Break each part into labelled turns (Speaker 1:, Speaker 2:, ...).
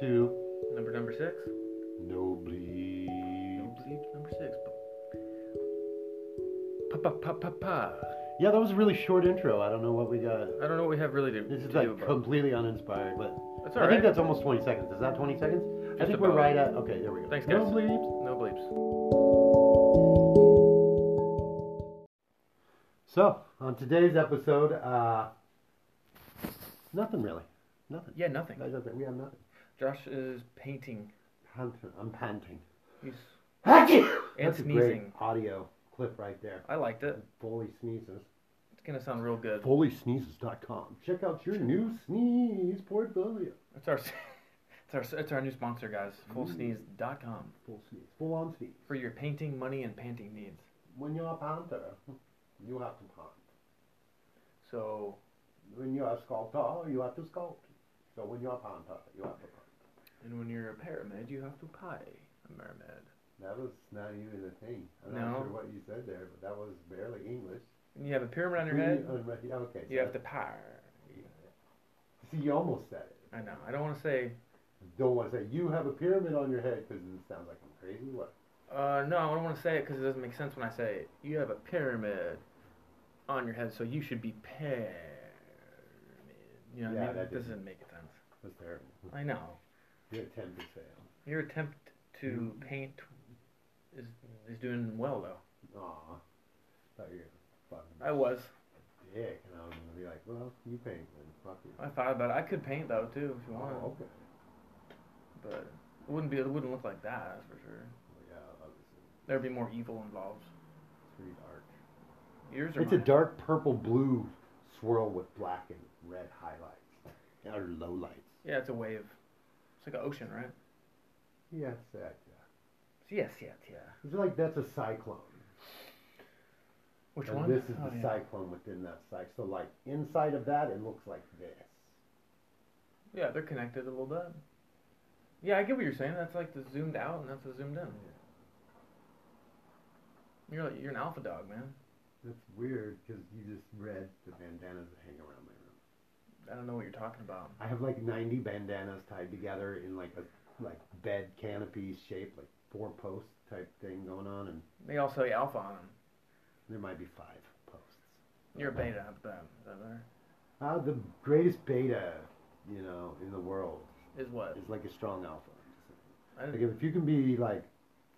Speaker 1: to
Speaker 2: Number number six.
Speaker 1: No Bleed.
Speaker 2: Don't believe number six. Pa pa pa pa pa.
Speaker 1: Yeah, that was a really short intro. I don't know what we got.
Speaker 2: I don't know what we have really to,
Speaker 1: This
Speaker 2: to
Speaker 1: is
Speaker 2: do
Speaker 1: like
Speaker 2: about.
Speaker 1: completely uninspired, but
Speaker 2: that's
Speaker 1: I
Speaker 2: all right.
Speaker 1: think that's almost 20 seconds. Is that 20 seconds? I
Speaker 2: Just
Speaker 1: think we're
Speaker 2: about.
Speaker 1: right at. Okay, there we go.
Speaker 2: Thanks,
Speaker 1: No
Speaker 2: guys.
Speaker 1: bleeps.
Speaker 2: no bleeps.
Speaker 1: So, on today's episode, uh, nothing really. Nothing.
Speaker 2: Yeah, nothing.
Speaker 1: That's it. We have nothing.
Speaker 2: Josh is painting.
Speaker 1: Panting. I'm panting.
Speaker 2: He's and
Speaker 1: That's a great
Speaker 2: sneezing.
Speaker 1: audio clip right there.
Speaker 2: I liked it.
Speaker 1: Fully sneezes.
Speaker 2: It's gonna sound real good.
Speaker 1: Fullysneezes.com. Check out your new sneeze portfolio.
Speaker 2: It's our it's our it's our new sponsor, guys. Fullsneeze.com
Speaker 1: Full sneeze. Full on sneeze.
Speaker 2: for your painting money and panting needs.
Speaker 1: When you're a panther, you have to pant.
Speaker 2: So
Speaker 1: When you're a sculptor, you have to sculpt. So when you're a panther, you have to pant.
Speaker 2: and when you're a pyramid, you have to pie a mermaid.
Speaker 1: That was not even a thing. I'm
Speaker 2: No.
Speaker 1: not sure what you said there, but that was barely English.
Speaker 2: And you have a pyramid on your
Speaker 1: We-
Speaker 2: head.
Speaker 1: uh, right, Okay.
Speaker 2: You
Speaker 1: so
Speaker 2: have to pie.
Speaker 1: See, you almost said it.
Speaker 2: I know. I don't want to say.
Speaker 1: Don't want to say you have a pyramid on your head because it sounds like I'm crazy. What?
Speaker 2: Uh, no, I don't want to say it because it doesn't make sense when I say it. You have a pyramid on your head, so you should be pyramid. You know, what
Speaker 1: Yeah,
Speaker 2: I mean?
Speaker 1: that
Speaker 2: that doesn't
Speaker 1: didn't-
Speaker 2: make sense.
Speaker 1: That's terrible.
Speaker 2: I know.
Speaker 1: Your attempt to fail.
Speaker 2: Your attempt to paint is is doing well though.
Speaker 1: Aw. Thought you were fucking
Speaker 2: I was.
Speaker 1: dick, and I was gonna be like, well, you paint, then fuck you.
Speaker 2: I thought about it. I could paint though too if you want,
Speaker 1: Oh, okay.
Speaker 2: but it wouldn't be. It wouldn't look like that. That's for sure.
Speaker 1: Well, yeah, obviously,
Speaker 2: There'd be more evil involved.
Speaker 1: it's pretty dark.
Speaker 2: Yours are
Speaker 1: It's a
Speaker 2: mine?
Speaker 1: dark purple blue swirl with black and red highlights or lowlights.
Speaker 2: Yeah, it's a wave. It's like an ocean, right?
Speaker 1: Yeah, it's that. Yeah.
Speaker 2: Yes, yes, yeah.
Speaker 1: It's like that's a cyclone.
Speaker 2: Which
Speaker 1: and
Speaker 2: one?
Speaker 1: This is
Speaker 2: Oh,
Speaker 1: the
Speaker 2: yeah.
Speaker 1: cyclone within that cycle. So like inside of that, it looks like this.
Speaker 2: Yeah, they're connected a little bit. Yeah, I get what you're saying. That's like the zoomed out and that's the zoomed in. You're like, you're an alpha dog, man.
Speaker 1: That's weird because you just read the bandanas that hang around my room.
Speaker 2: I don't know what you're talking about.
Speaker 1: I have like 90 bandanas tied together in like a like bed canopy shape, like four post type thing going on, and
Speaker 2: They all say alpha on them.
Speaker 1: there might be five posts.
Speaker 2: You're a beta of them. Is that there?
Speaker 1: Uh, the greatest beta, you know, in the world
Speaker 2: Is what?
Speaker 1: is like a strong alpha.
Speaker 2: I
Speaker 1: Like
Speaker 2: didn't,
Speaker 1: if you can be like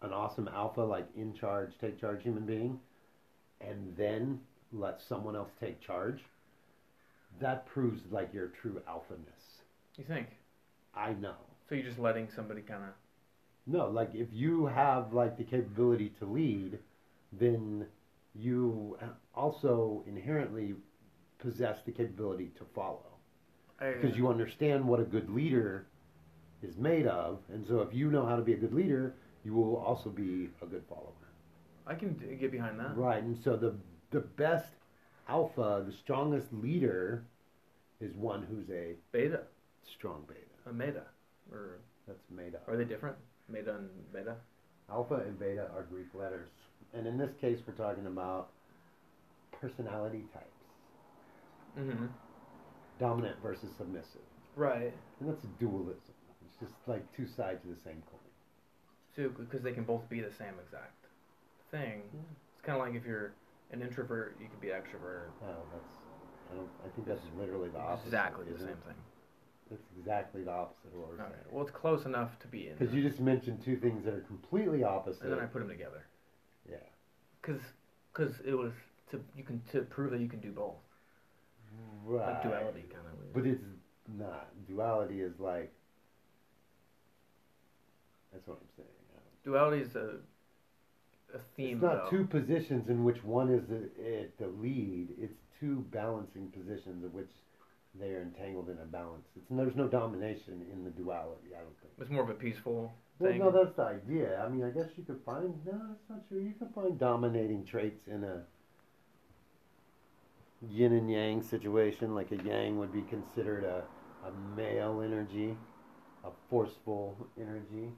Speaker 1: an awesome alpha, like in charge, take charge human being, and then let someone else take charge, that proves like your true alphaness.
Speaker 2: you think?
Speaker 1: I know.
Speaker 2: So you're just letting somebody kind of.
Speaker 1: No, like if you have like the capability to lead, then you also inherently possess the capability to follow because you understand what a good leader is made of, and so if you know how to be a good leader, you will also be a good follower.
Speaker 2: I can d- get behind that.
Speaker 1: Right, and so the the best alpha, the strongest leader, is one who's a
Speaker 2: Beta,
Speaker 1: strong beta.
Speaker 2: a meta, or
Speaker 1: That's made up.
Speaker 2: are they different? Meta and beta.
Speaker 1: Alpha and beta are Greek letters. And in this case, we're talking about personality types
Speaker 2: Mm-hmm.
Speaker 1: dominant versus submissive.
Speaker 2: Right.
Speaker 1: And that's dualism. It's just like two sides of the same coin.
Speaker 2: too because they can both be the same exact thing. It's kind of like if you're an introvert, you could be extrovert.
Speaker 1: Oh, that's, I, don't, I think that's literally the opposite.
Speaker 2: exactly the
Speaker 1: isn't
Speaker 2: same
Speaker 1: it?
Speaker 2: thing.
Speaker 1: That's exactly the opposite of what
Speaker 2: All right. Well, it's close enough to be in.
Speaker 1: Because
Speaker 2: that.
Speaker 1: you just mentioned two things that are completely opposite.
Speaker 2: and then I put them together.
Speaker 1: yeah.
Speaker 2: Cause, 'cause it was to you can to prove that you can do both.
Speaker 1: Right.
Speaker 2: Like duality kind of weird.
Speaker 1: But it's not. Duality is like. That's what I'm saying.
Speaker 2: duality is a a theme.
Speaker 1: It's
Speaker 2: though.
Speaker 1: not two positions in which one is the, it, the lead. It's two balancing positions in which they are entangled in a balance. It's, there's no domination in the duality. I don't think.
Speaker 2: It's more of a peaceful
Speaker 1: Well,
Speaker 2: thing.
Speaker 1: no, that's the idea. I mean, I guess you could find. No, that's not true. You could find dominating traits in a yin and yang situation. Like a yang would be considered a, a male energy, a forceful energy.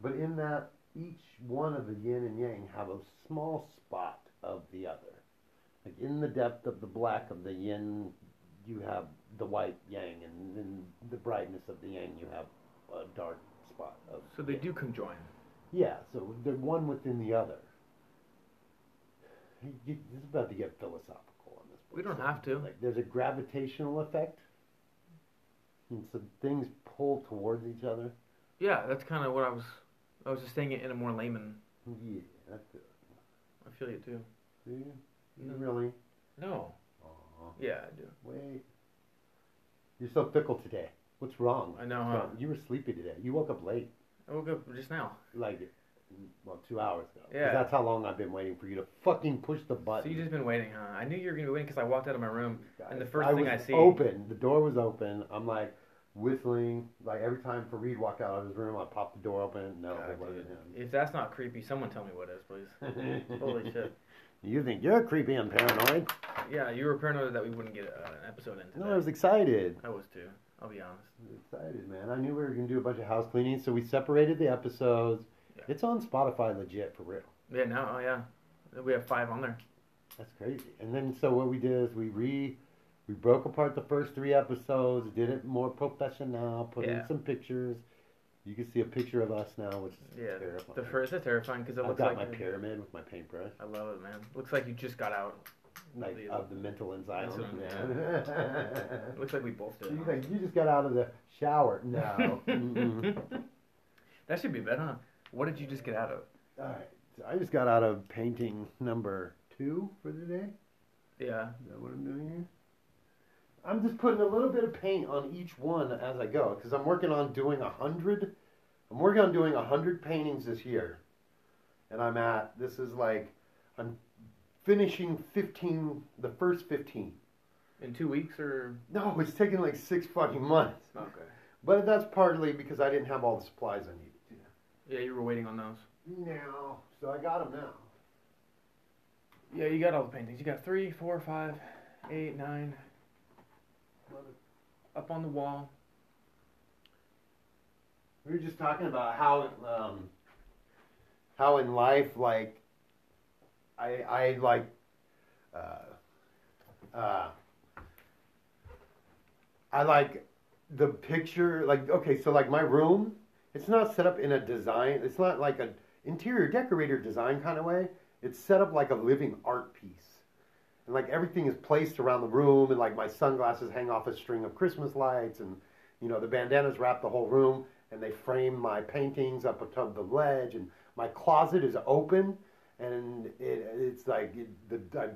Speaker 1: But in that, each one of the yin and yang have a small spot of the other. Like in the depth of the black of the yin, you have the white yang, and in the brightness of the yang, you have a dark spot of
Speaker 2: So they do conjoin.
Speaker 1: yeah, so they're one within the other. You- you- This is about to get philosophical on this.
Speaker 2: We don't
Speaker 1: So,
Speaker 2: have to.
Speaker 1: Like, there's a gravitational effect, and some things pull towards each other.
Speaker 2: Yeah, that's kind of what I was. I was just saying it in a more layman.
Speaker 1: Yeah, that's it.
Speaker 2: I feel you too.
Speaker 1: Do you? You
Speaker 2: No.
Speaker 1: Really?
Speaker 2: No.
Speaker 1: Aw,
Speaker 2: Yeah, I do.
Speaker 1: wait. You're so fickle today. What's wrong?
Speaker 2: I know,
Speaker 1: What's
Speaker 2: huh?
Speaker 1: wrong? You were sleepy today. You woke up late,
Speaker 2: I woke up just now.
Speaker 1: like, well, two hours ago. 'Cause
Speaker 2: Yeah.
Speaker 1: That's how long I've been waiting for you to fucking push the
Speaker 2: So
Speaker 1: button.
Speaker 2: you just been waiting, huh? I knew you were gonna be waiting because I walked out of my room. And the
Speaker 1: guys.
Speaker 2: first
Speaker 1: I
Speaker 2: thing
Speaker 1: was
Speaker 2: I see-
Speaker 1: open. The door was open. I'm like whistling. Like every time Fareed walked out of his room, I popped the door open. No,
Speaker 2: God,
Speaker 1: it wasn't
Speaker 2: dude. If that's not creepy, someone tell me what is, please.
Speaker 1: him.
Speaker 2: Holy shit.
Speaker 1: You think you're creepy and paranoid?
Speaker 2: Yeah, you were paranoid that we wouldn't get uh, an episode in today.
Speaker 1: No, I was excited.
Speaker 2: I was too. I'll be honest.
Speaker 1: I was excited, man. I knew we were gonna do a bunch of house cleaning, so we separated the episodes.
Speaker 2: Yeah.
Speaker 1: It's on Spotify, legit for real.
Speaker 2: Yeah, no, oh yeah. We have five on there.
Speaker 1: That's crazy. And then so what we did is we re we broke apart the first three episodes, did it more professional, put
Speaker 2: Yeah.
Speaker 1: in some pictures. You can see a picture of us now, which is
Speaker 2: Yeah,
Speaker 1: terrifying.
Speaker 2: The first is terrifying because it
Speaker 1: I've
Speaker 2: looks
Speaker 1: got
Speaker 2: like.
Speaker 1: my pyramid with my paintbrush,
Speaker 2: I love it, man. Looks like you just got out.
Speaker 1: like
Speaker 2: The-
Speaker 1: of the mental asylum.
Speaker 2: That's what
Speaker 1: Yeah.
Speaker 2: Looks like we both did.
Speaker 1: you,
Speaker 2: huh?
Speaker 1: like, you just got out of the shower. No. Mm-mm.
Speaker 2: that should be better. Huh? What did you just get out of?
Speaker 1: All right. So I just got out of painting number two for the day.
Speaker 2: Yeah.
Speaker 1: Is that what I'm doing here? I'm just putting a little bit of paint on each one as I go because I'm working on doing a hundred. I'm working on doing a hundred paintings this year, and I'm at this is like I'm finishing fifteen, the first fifteen.
Speaker 2: In two weeks or?
Speaker 1: No, it's taking like six fucking months.
Speaker 2: Okay.
Speaker 1: But that's partly because I didn't have all the supplies I needed.
Speaker 2: Yeah, you were waiting on those.
Speaker 1: Now, so I got them now.
Speaker 2: Yeah, you got all the paintings. You got three, four, five, eight, nine up on the wall.
Speaker 1: We were just talking about how um, how in life, like I I like uh, uh, I like the picture. Like okay, so like my room, it's not set up in a design. It's not like an interior decorator design kind of way. It's set up like a living art piece. And like everything is placed around the room, and like my sunglasses hang off a string of Christmas lights, and you know the bandanas wrap the whole room and they frame my paintings up atop the ledge and my closet is open and it, it's like it, the, i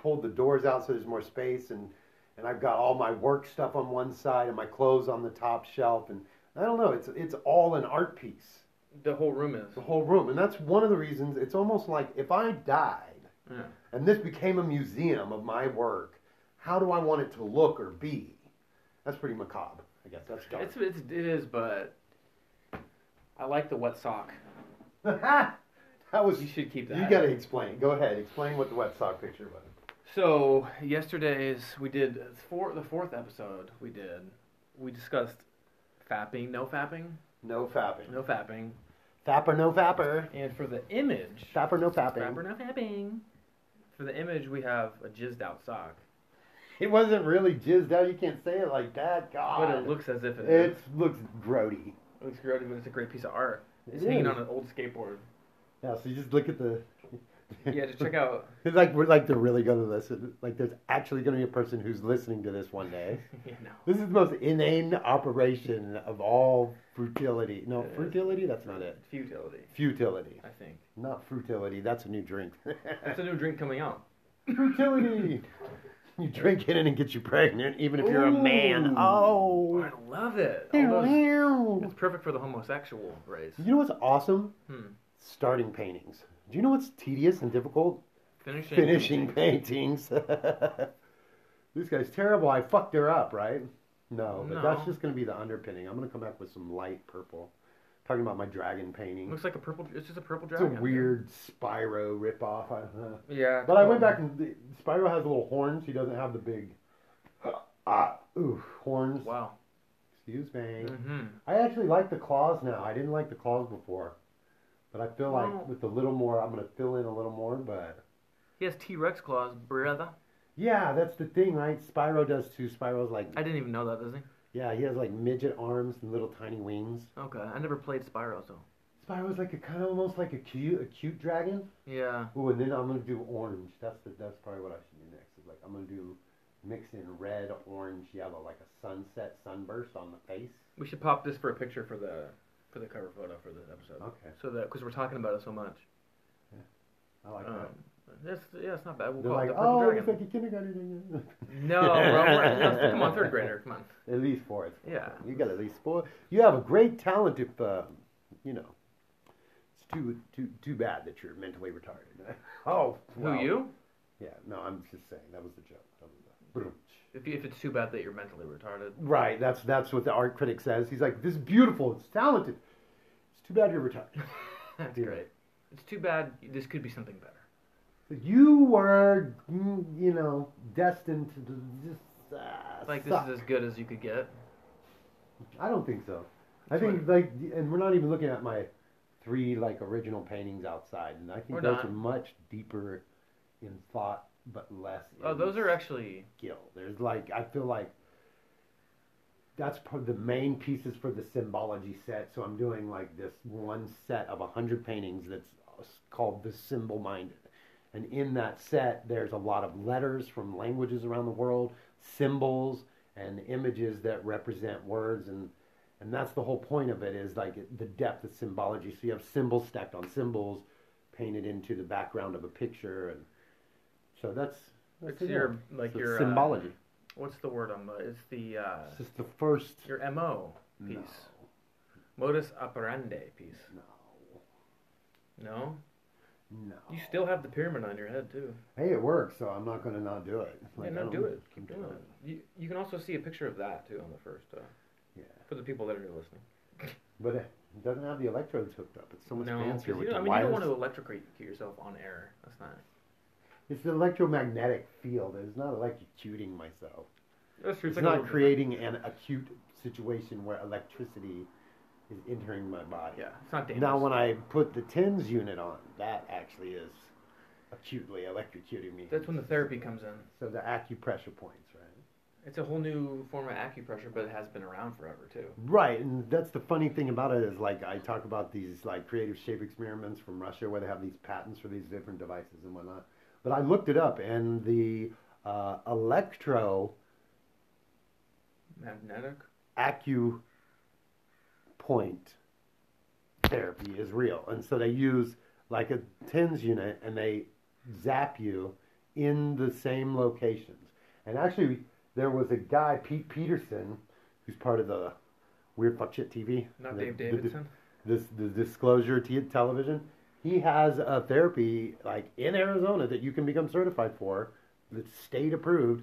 Speaker 1: pulled the doors out so there's more space and, and i've got all my work stuff on one side and my clothes on the top shelf and i don't know it's, it's all an art piece
Speaker 2: The whole room is.
Speaker 1: the whole room and that's one of the reasons it's almost like if i died
Speaker 2: Yeah.
Speaker 1: and this became a museum of my work how do i want it to look or be that's pretty macabre i guess that's dark.
Speaker 2: It's, it's it is, but I like the wet sock.
Speaker 1: that was
Speaker 2: You should keep that.
Speaker 1: You got to explain. Go ahead. Explain what the wet sock picture was.
Speaker 2: So yesterday's we did four the fourth episode we did we discussed fapping no fapping
Speaker 1: No fapping.
Speaker 2: no fapping
Speaker 1: Fapper, no fapper.
Speaker 2: and for the image
Speaker 1: Fapper, no fapping.
Speaker 2: Fapper, no fapping for the image we have a jizzed out sock
Speaker 1: It wasn't really jizzed out. You can't say it like that. God.
Speaker 2: but it looks as if it is.
Speaker 1: It looks grody.
Speaker 2: It looks great but it's a great piece of art it's
Speaker 1: It
Speaker 2: hanging
Speaker 1: is.
Speaker 2: on an old skateboard
Speaker 1: Yeah. So you just look at the.
Speaker 2: yeah to check out
Speaker 1: It's like we're like they're really gonna listen. Like there's actually gonna be a person who's listening to this one day.
Speaker 2: you know
Speaker 1: This is the most inane operation of all futility. No,
Speaker 2: It is.
Speaker 1: futility. That's not it.
Speaker 2: futility
Speaker 1: Futility,
Speaker 2: I think
Speaker 1: not frutility. That's a new drink.
Speaker 2: that's a new drink coming out
Speaker 1: Fertility. you drink it in and get you pregnant, even if you're a
Speaker 2: Ooh.
Speaker 1: man. Oh.
Speaker 2: I love it All those-
Speaker 1: You
Speaker 2: it's perfect for the homosexual race
Speaker 1: know what's awesome?
Speaker 2: Hmm.
Speaker 1: Starting paintings. Do you know what's tedious and difficult?
Speaker 2: finishing
Speaker 1: Finishing paintings. this guy's terrible. I fucked her up, right? No, but
Speaker 2: No.
Speaker 1: that's just going to be the underpinning. I'm going to come back with some light purple. Talking about my dragon painting.
Speaker 2: Looks like a purple. It's just a purple
Speaker 1: It's a
Speaker 2: dragon.
Speaker 1: weird Spyro ripoff. I uh, don't know.
Speaker 2: Yeah.
Speaker 1: But I went back and the, Spyro has little horns. He doesn't have the big ah ooh horns.
Speaker 2: Wow.
Speaker 1: Excuse me.
Speaker 2: Mm-hmm.
Speaker 1: I actually like the claws now. I didn't like the claws before, but I feel like
Speaker 2: Well-
Speaker 1: with a little more, I'm gonna fill in a little more. But
Speaker 2: He has T Rex claws, brother.
Speaker 1: yeah, that's the thing, right? Spyro does too. Spyro's like
Speaker 2: I didn't even know that, does he?
Speaker 1: Yeah, he has like midget arms and little tiny wings.
Speaker 2: Okay, I never played Spyro, so.
Speaker 1: Spyro's like a kind of almost like a cute, a cute dragon.
Speaker 2: Yeah.
Speaker 1: Ooh, and then I'm gonna do orange. That's the, that's probably what I should do next. Is like I'm gonna do mix in red, orange, yellow, like a sunset sunburst on the face.
Speaker 2: We should pop this for a picture for the for the cover photo for this episode.
Speaker 1: Okay,
Speaker 2: So that because we're talking about it so much.
Speaker 1: I like
Speaker 2: Um,
Speaker 1: that.
Speaker 2: that's yeah, it's not bad. We'll
Speaker 1: They're
Speaker 2: call
Speaker 1: like,
Speaker 2: it the Purple
Speaker 1: oh,
Speaker 2: Dragon.
Speaker 1: it's like a kindergarten. dragon."
Speaker 2: No, bro, we're- no, come on, third grader, come on.
Speaker 1: At least fourth.
Speaker 2: Yeah.
Speaker 1: You got at least four. You have a great talent if, uh, you know, it's too too too bad that you're mentally retarded. oh, well.
Speaker 2: Who you?
Speaker 1: Yeah, no, I'm just saying that was the joke. That was the...
Speaker 2: If, you- if it's too bad that you're mentally retarded.
Speaker 1: Right, that's that's what the art critic says. He's like, this is beautiful. It's talented. It's too bad you're retarded.
Speaker 2: That's
Speaker 1: Yeah.
Speaker 2: great. It's too bad. This could be something better.
Speaker 1: You were, mm, you know, destined to just uh,
Speaker 2: Like
Speaker 1: suck.
Speaker 2: this is as good as you could get.
Speaker 1: I don't think so. I
Speaker 2: That's
Speaker 1: think like, and we're not even looking at my three like original paintings outside, and I think
Speaker 2: We're
Speaker 1: those
Speaker 2: not.
Speaker 1: are much deeper in thought, but less.
Speaker 2: Oh,
Speaker 1: in
Speaker 2: those are actually
Speaker 1: skill. There's like I feel like that's part of the main pieces for the symbology set. So I'm doing like this one set of a hundred paintings that's uh, called the symbol minded. And in that set, there's a lot of letters from languages around the world, symbols, and images that represent words. And, and that's the whole point of it is like the depth of symbology. So you have symbols stacked on symbols painted into the background of a picture. And so that's, that's
Speaker 2: it's
Speaker 1: the
Speaker 2: your
Speaker 1: deal.
Speaker 2: like
Speaker 1: So
Speaker 2: your uh,
Speaker 1: symbology.
Speaker 2: what's the word on the? It's the uh,
Speaker 1: it's just the first
Speaker 2: your mo piece,
Speaker 1: No,
Speaker 2: modus operandi piece.
Speaker 1: no,
Speaker 2: No,
Speaker 1: no.
Speaker 2: you still have the pyramid on your head too.
Speaker 1: Hey, it works, so I'm not gonna not do it.
Speaker 2: Yeah,
Speaker 1: I
Speaker 2: no,
Speaker 1: don't-
Speaker 2: do it. Keep
Speaker 1: I'm
Speaker 2: doing
Speaker 1: doing
Speaker 2: it. You, you can also see a picture of that too on the first uh,
Speaker 1: Yeah,
Speaker 2: for the people that are listening.
Speaker 1: but it doesn't have the electrodes hooked up. It's so much
Speaker 2: no,
Speaker 1: fancier
Speaker 2: 'cause
Speaker 1: with
Speaker 2: you don't, I
Speaker 1: the
Speaker 2: mean you don't
Speaker 1: wires.
Speaker 2: want to electrocute yourself on air. That's not.
Speaker 1: It's the electromagnetic field. It's not electrocuting myself.
Speaker 2: That's true.
Speaker 1: It's not creating an acute situation where electricity is entering my body.
Speaker 2: Yeah, it's not dangerous.
Speaker 1: Now, when I put the tens unit on, that actually is acutely electrocuting me.
Speaker 2: That's when the therapy comes in.
Speaker 1: So the acupressure points, right?
Speaker 2: It's a whole new form of acupressure, but it has been around forever too.
Speaker 1: Right, and that's the funny thing about it is like I talk about these like creative shape experiments from Russia where they have these patents for these different devices and whatnot. But I looked it up, and the uh, electro
Speaker 2: Magnetic.
Speaker 1: acupoint therapy is real, and so they use like a tens unit and they zap you in the same locations. And actually, there was a guy Pete Peterson, who's part of the Weird Fuck Shit TV.
Speaker 2: Not
Speaker 1: the-
Speaker 2: Dave
Speaker 1: the- the-
Speaker 2: Davidson.
Speaker 1: this the disclosure t- television he has a therapy like in arizona that you can become certified for that's state approved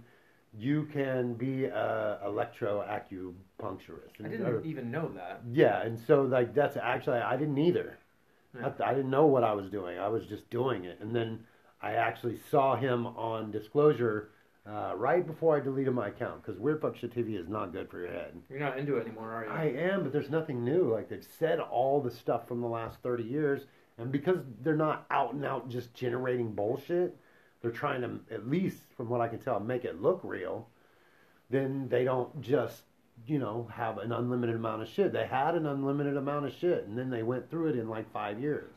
Speaker 1: you can be a electro acupuncturist
Speaker 2: I didn't even know that.
Speaker 1: yeah and so like that's actually i didn't either
Speaker 2: Yeah.
Speaker 1: I, I didn't know what i was doing i was just doing it and then i actually saw him on disclosure uh, right before i deleted my account because weird fuck shit tv is not good for your head
Speaker 2: You're not into it anymore, are you?
Speaker 1: I am, but there's nothing new. Like they've said all the stuff from the last 30 years, and because they're not out and out just generating bullshit, they're trying to at least from what I can tell make it look real. Then they don't just, you know, have an unlimited amount of shit. They had an unlimited amount of shit, and then they went through it in like 5 years.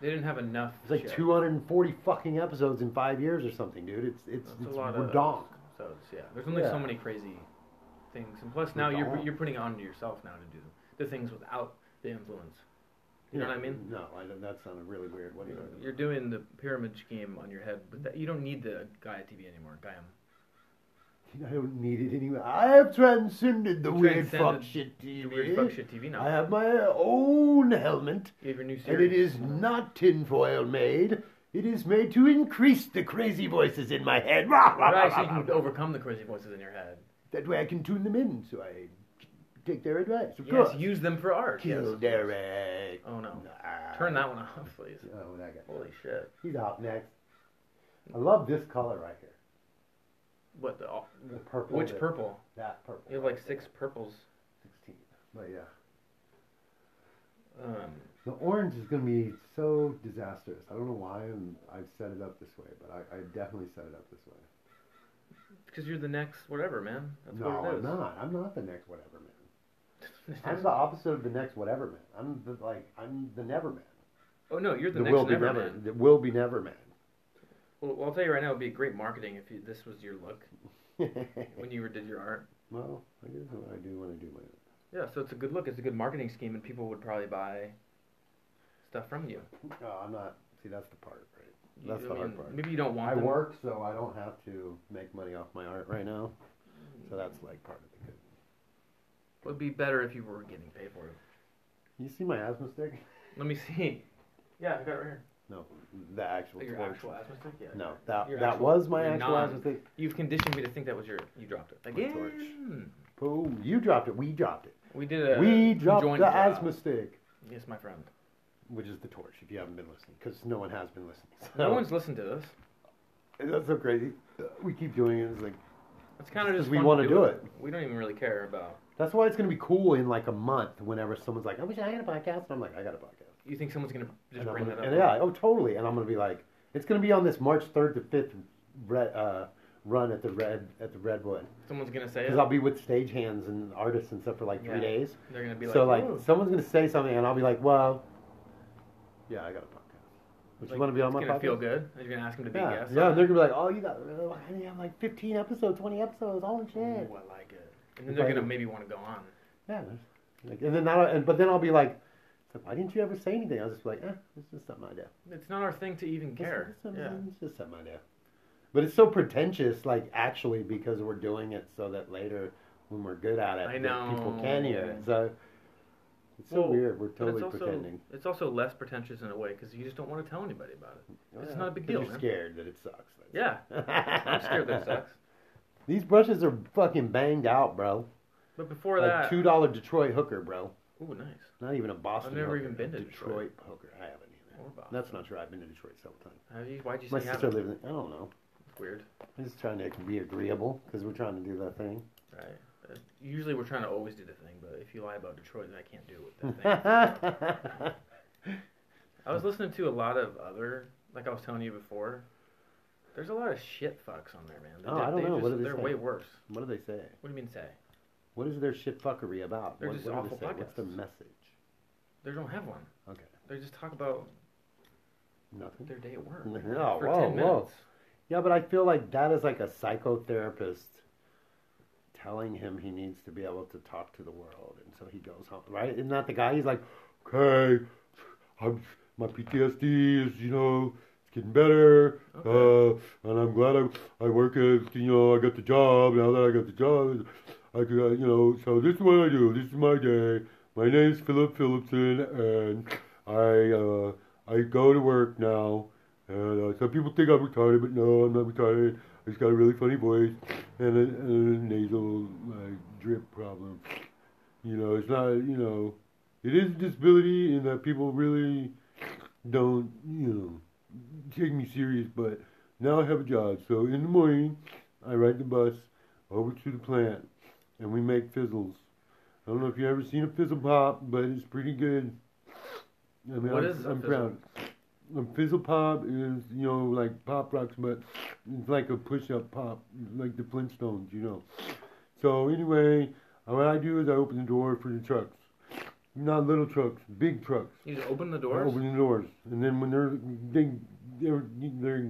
Speaker 2: they didn't have enough.
Speaker 1: It's like
Speaker 2: shit.
Speaker 1: 240 fucking episodes in 5 years or something, dude. It's it's
Speaker 2: That's
Speaker 1: it's
Speaker 2: a lot of
Speaker 1: redonk.
Speaker 2: So it's- yeah, there's only so
Speaker 1: Yeah.
Speaker 2: many crazy things, and plus now you're
Speaker 1: Redonk.
Speaker 2: you're putting it on to yourself now to do the things without the influence. You know what I mean?
Speaker 1: No, I, don't- that sounded really weird. What do you mean?
Speaker 2: You're doing the pyramid scheme on your head, but that, you don't need the Gaia TV anymore. Gaia.
Speaker 1: I don't need it anyway. I have transcended the weird
Speaker 2: Transcended
Speaker 1: fuck shit TV.
Speaker 2: The weird fuck shit TV now.
Speaker 1: I have my own helmet,
Speaker 2: you have your new series.
Speaker 1: and it is not tinfoil made. It is made to increase the crazy voices in my head. Rah, rah, rah,
Speaker 2: Right, so
Speaker 1: rah,
Speaker 2: you
Speaker 1: rah,
Speaker 2: can
Speaker 1: rah.
Speaker 2: overcome the crazy voices in your head.
Speaker 1: That way I can tune them in, so I take their advice. Of
Speaker 2: Yes,
Speaker 1: course.
Speaker 2: use them for art. yes,
Speaker 1: Kill
Speaker 2: of course.
Speaker 1: Derek.
Speaker 2: Oh no.
Speaker 1: Nah.
Speaker 2: Turn that one off, please.
Speaker 1: Oh, that guy.
Speaker 2: Holy shit.
Speaker 1: He's out next. I love this color right here.
Speaker 2: What the? oh,
Speaker 1: The purple.
Speaker 2: Which
Speaker 1: that-
Speaker 2: purple?
Speaker 1: That purple.
Speaker 2: You have like six purples.
Speaker 1: 16. But yeah.
Speaker 2: Um,
Speaker 1: The orange is going to be so disastrous. I don't know why I'm, I've set it up this way, but I, I definitely set it up this way.
Speaker 2: because you're the next whatever man. That's
Speaker 1: no,
Speaker 2: what it
Speaker 1: I'm
Speaker 2: is.
Speaker 1: not. I'm not the next whatever man. I'm the opposite of the next whatever man. I'm the like I'm the never man.
Speaker 2: oh no, you're the, next
Speaker 1: will
Speaker 2: never
Speaker 1: be never.
Speaker 2: man.
Speaker 1: The will be never
Speaker 2: Well, well, I'll tell you right now, it'd be great marketing if you, this was your look
Speaker 1: man.
Speaker 2: when you did your art.
Speaker 1: well, I guess what I do when I do my
Speaker 2: Yeah, so it's a good look. It's a good marketing scheme, and people would probably buy stuff from you.
Speaker 1: No, I'm not. See, that's the part, right?
Speaker 2: You-
Speaker 1: That's
Speaker 2: I
Speaker 1: the hard
Speaker 2: mean,
Speaker 1: part.
Speaker 2: Maybe you don't want
Speaker 1: I
Speaker 2: them.
Speaker 1: work, so I don't have to make money off my art right now. So that's like part of the good.
Speaker 2: It would be better if you were getting paid for it.
Speaker 1: You see my asthma stick?
Speaker 2: Let me see. Yeah, I got it right here.
Speaker 1: No, the actual.
Speaker 2: Your
Speaker 1: torch.
Speaker 2: actual asthma stick? Yeah.
Speaker 1: No, that
Speaker 2: Your
Speaker 1: that
Speaker 2: actual-
Speaker 1: was my
Speaker 2: your
Speaker 1: actual
Speaker 2: non-
Speaker 1: asthma stick.
Speaker 2: You've conditioned me to think that was your. You dropped it again.
Speaker 1: torch. Boom! You dropped it. We dropped it.
Speaker 2: We did a.
Speaker 1: we dropped the
Speaker 2: joint job.
Speaker 1: asthma stick,
Speaker 2: Yes, my friend.
Speaker 1: which is the torch. If you haven't been listening, because no one has been listening. So.
Speaker 2: No one's listened to this.
Speaker 1: That's so crazy. We keep doing it. It's like
Speaker 2: It's kind of
Speaker 1: Because
Speaker 2: just
Speaker 1: we
Speaker 2: fun
Speaker 1: wanna
Speaker 2: to
Speaker 1: do
Speaker 2: We don't even really care about.
Speaker 1: that's why it's gonna be cool in like a month. Whenever someone's like, "I wish I had a podcast," and I'm like, "I got a podcast."
Speaker 2: You think someone's gonna just
Speaker 1: and I'm
Speaker 2: bring
Speaker 1: gonna-
Speaker 2: that up?
Speaker 1: and yeah, oh totally. And I'm gonna be like, it's gonna be on this March third to fifth red, uh, run at the red at the redwood
Speaker 2: Someone's gonna say it.
Speaker 1: because I'll be with stagehands and artists and stuff for like three
Speaker 2: Yeah.
Speaker 1: days.
Speaker 2: They're gonna be
Speaker 1: so
Speaker 2: like,
Speaker 1: like,
Speaker 2: "Ooh."
Speaker 1: someone's gonna say something and I'll be like, well, yeah, I got a podcast. Would
Speaker 2: Like,
Speaker 1: you want to be on
Speaker 2: it's
Speaker 1: my
Speaker 2: gonna
Speaker 1: podcast?
Speaker 2: feel good. You're gonna ask him to be
Speaker 1: Yeah,
Speaker 2: a guest.
Speaker 1: yeah. And they're gonna be like, oh, you got oh, I mean, I have like 15 episodes, 20 episodes, holy shit.
Speaker 2: Ooh, I like it. And then they're
Speaker 1: Like-
Speaker 2: gonna maybe want to go on.
Speaker 1: Yeah. there's- Like, and then that'll, and, but then I'll be like, so why didn't you ever say anything? I was just like, eh, it's just something I do.
Speaker 2: It's not our thing to even
Speaker 1: It's-
Speaker 2: care.
Speaker 1: It's,
Speaker 2: yeah.
Speaker 1: it's just some idea. But it's so pretentious, like actually, because we're doing it so that later, when we're good at it,
Speaker 2: I
Speaker 1: that people
Speaker 2: know.
Speaker 1: can hear it. So it's so
Speaker 2: Well,
Speaker 1: weird. We're
Speaker 2: But
Speaker 1: totally
Speaker 2: it's also
Speaker 1: pretending.
Speaker 2: it's also less pretentious in a way because you just don't want to tell anybody about it. it's not a big
Speaker 1: 'cause
Speaker 2: deal,
Speaker 1: You're
Speaker 2: man.
Speaker 1: scared that it sucks.
Speaker 2: Yeah, I'm scared that sucks.
Speaker 1: These brushes are fucking banged out, bro.
Speaker 2: But before
Speaker 1: like
Speaker 2: that,
Speaker 1: two dollar Detroit hooker, bro.
Speaker 2: ooh, nice.
Speaker 1: Not even a Boston.
Speaker 2: never
Speaker 1: hooker,
Speaker 2: even
Speaker 1: a
Speaker 2: been to
Speaker 1: Detroit, hooker. I haven't either.
Speaker 2: Or about
Speaker 1: That's not true. I've been to Detroit several times.
Speaker 2: How do you- Why'd you
Speaker 1: My
Speaker 2: say you
Speaker 1: sister
Speaker 2: haven't?
Speaker 1: lives in. I don't know.
Speaker 2: Weird,
Speaker 1: I'm just trying to be agreeable because we're trying to do that thing.
Speaker 2: right? Uh, usually we're trying to always do the thing, but if you lie about Detroit, then I can't do with that thing.
Speaker 1: yeah,
Speaker 2: I was listening to a lot of other, like I was telling you before. There's a lot of shit fucks on there, man.
Speaker 1: Oh, I don't know. What do they
Speaker 2: are
Speaker 1: say?
Speaker 2: way worse.
Speaker 1: what do they say?
Speaker 2: What do you mean say?
Speaker 1: What is their shit fuckery about?
Speaker 2: They're
Speaker 1: what,
Speaker 2: just
Speaker 1: what do
Speaker 2: awful
Speaker 1: they say? What's the
Speaker 2: podcasts.
Speaker 1: message?
Speaker 2: They don't have one.
Speaker 1: Okay,
Speaker 2: They just talk about
Speaker 1: nothing.
Speaker 2: their day at work
Speaker 1: No,
Speaker 2: for
Speaker 1: whoa,
Speaker 2: ten
Speaker 1: whoa.
Speaker 2: minutes.
Speaker 1: Yeah, but I feel like that is like a psychotherapist telling him he needs to be able to talk to the world, and so he goes home. Right? Isn't that the guy? He's like, okay, I'm my PTSD is you know it's getting better, uh, and I'm glad I I work at you know I got the job now that I got the job, I could uh, you know so this is what I do. This is my day. My name's Philip Phillipson, and I uh, I go to work now. And uh, some people think I'm retarded, but no, I'm not retarded. I just got a really funny voice and a, and a nasal like, drip problem. You know, it's not, you know, it is a disability in that people really don't, you know, take me serious, but now I have a job. So in the morning, I ride the bus over to the plant and we make fizzles. I don't know if you've ever seen a fizzle pop, but it's pretty good. I mean,
Speaker 2: What
Speaker 1: I'm,
Speaker 2: is a
Speaker 1: I'm
Speaker 2: fizzle?
Speaker 1: proud. A fizzle pop is, you know, like pop rocks, but it's like a push-up pop, like the Flintstones, you know. So anyway, what I do is I open the door for the trucks, not little trucks, big trucks.
Speaker 2: You just open the
Speaker 1: I
Speaker 2: doors.
Speaker 1: Open the doors, and then when they're they they're, they're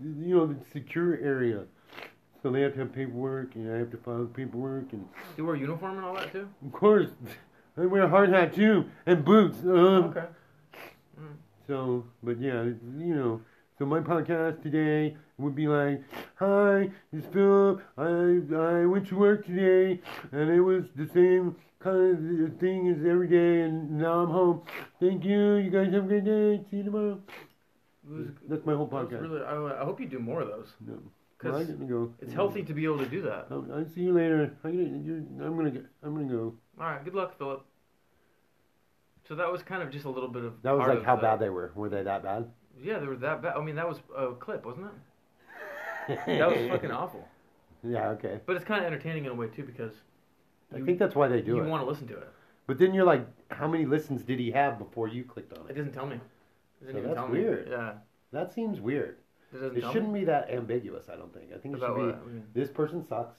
Speaker 1: you know the secure area, so they have to have paperwork, and I have to file paperwork, and
Speaker 2: You wear uniform and all that too.
Speaker 1: of course, I wear a hard hat too and boots. Um,
Speaker 2: okay.
Speaker 1: so, but yeah, it's, you know, so my podcast today would be like, "Hi, it's Philip. I I went to work today, and it was the same kind of thing as every day, and now I'm home. Thank you. You guys have a great day. See you tomorrow."
Speaker 2: It was-
Speaker 1: That's my whole
Speaker 2: that was
Speaker 1: podcast.
Speaker 2: Really, I, I hope you do more of those.
Speaker 1: no, well, I
Speaker 2: 'Cause
Speaker 1: gotta go.
Speaker 2: It's healthy to be able to do that. All
Speaker 1: I'll, I'll see you later. I gotta, you I'm gonna go. I'm gonna go.
Speaker 2: right. Good luck, Philip. So that was kind of just a little bit of.
Speaker 1: That was
Speaker 2: part
Speaker 1: like
Speaker 2: of
Speaker 1: how
Speaker 2: the-
Speaker 1: bad they were. Were they that bad?
Speaker 2: Yeah, they were that bad. I mean, that was a clip, wasn't it? That was fucking awful.
Speaker 1: Yeah. Okay.
Speaker 2: But it's kind of entertaining in a way too because
Speaker 1: I
Speaker 2: You-
Speaker 1: think that's why they do
Speaker 2: you
Speaker 1: it.
Speaker 2: want to listen to it.
Speaker 1: But then you're like, how many listens did he have before you clicked on
Speaker 2: It
Speaker 1: it?
Speaker 2: doesn't tell me. It doesn't
Speaker 1: So
Speaker 2: even
Speaker 1: that's
Speaker 2: tell
Speaker 1: weird.
Speaker 2: me. Yeah.
Speaker 1: That seems weird.
Speaker 2: That doesn't
Speaker 1: It
Speaker 2: tell me?
Speaker 1: shouldn't be that ambiguous. I don't think. I think it should
Speaker 2: About
Speaker 1: be
Speaker 2: what? I mean-
Speaker 1: this person sucks,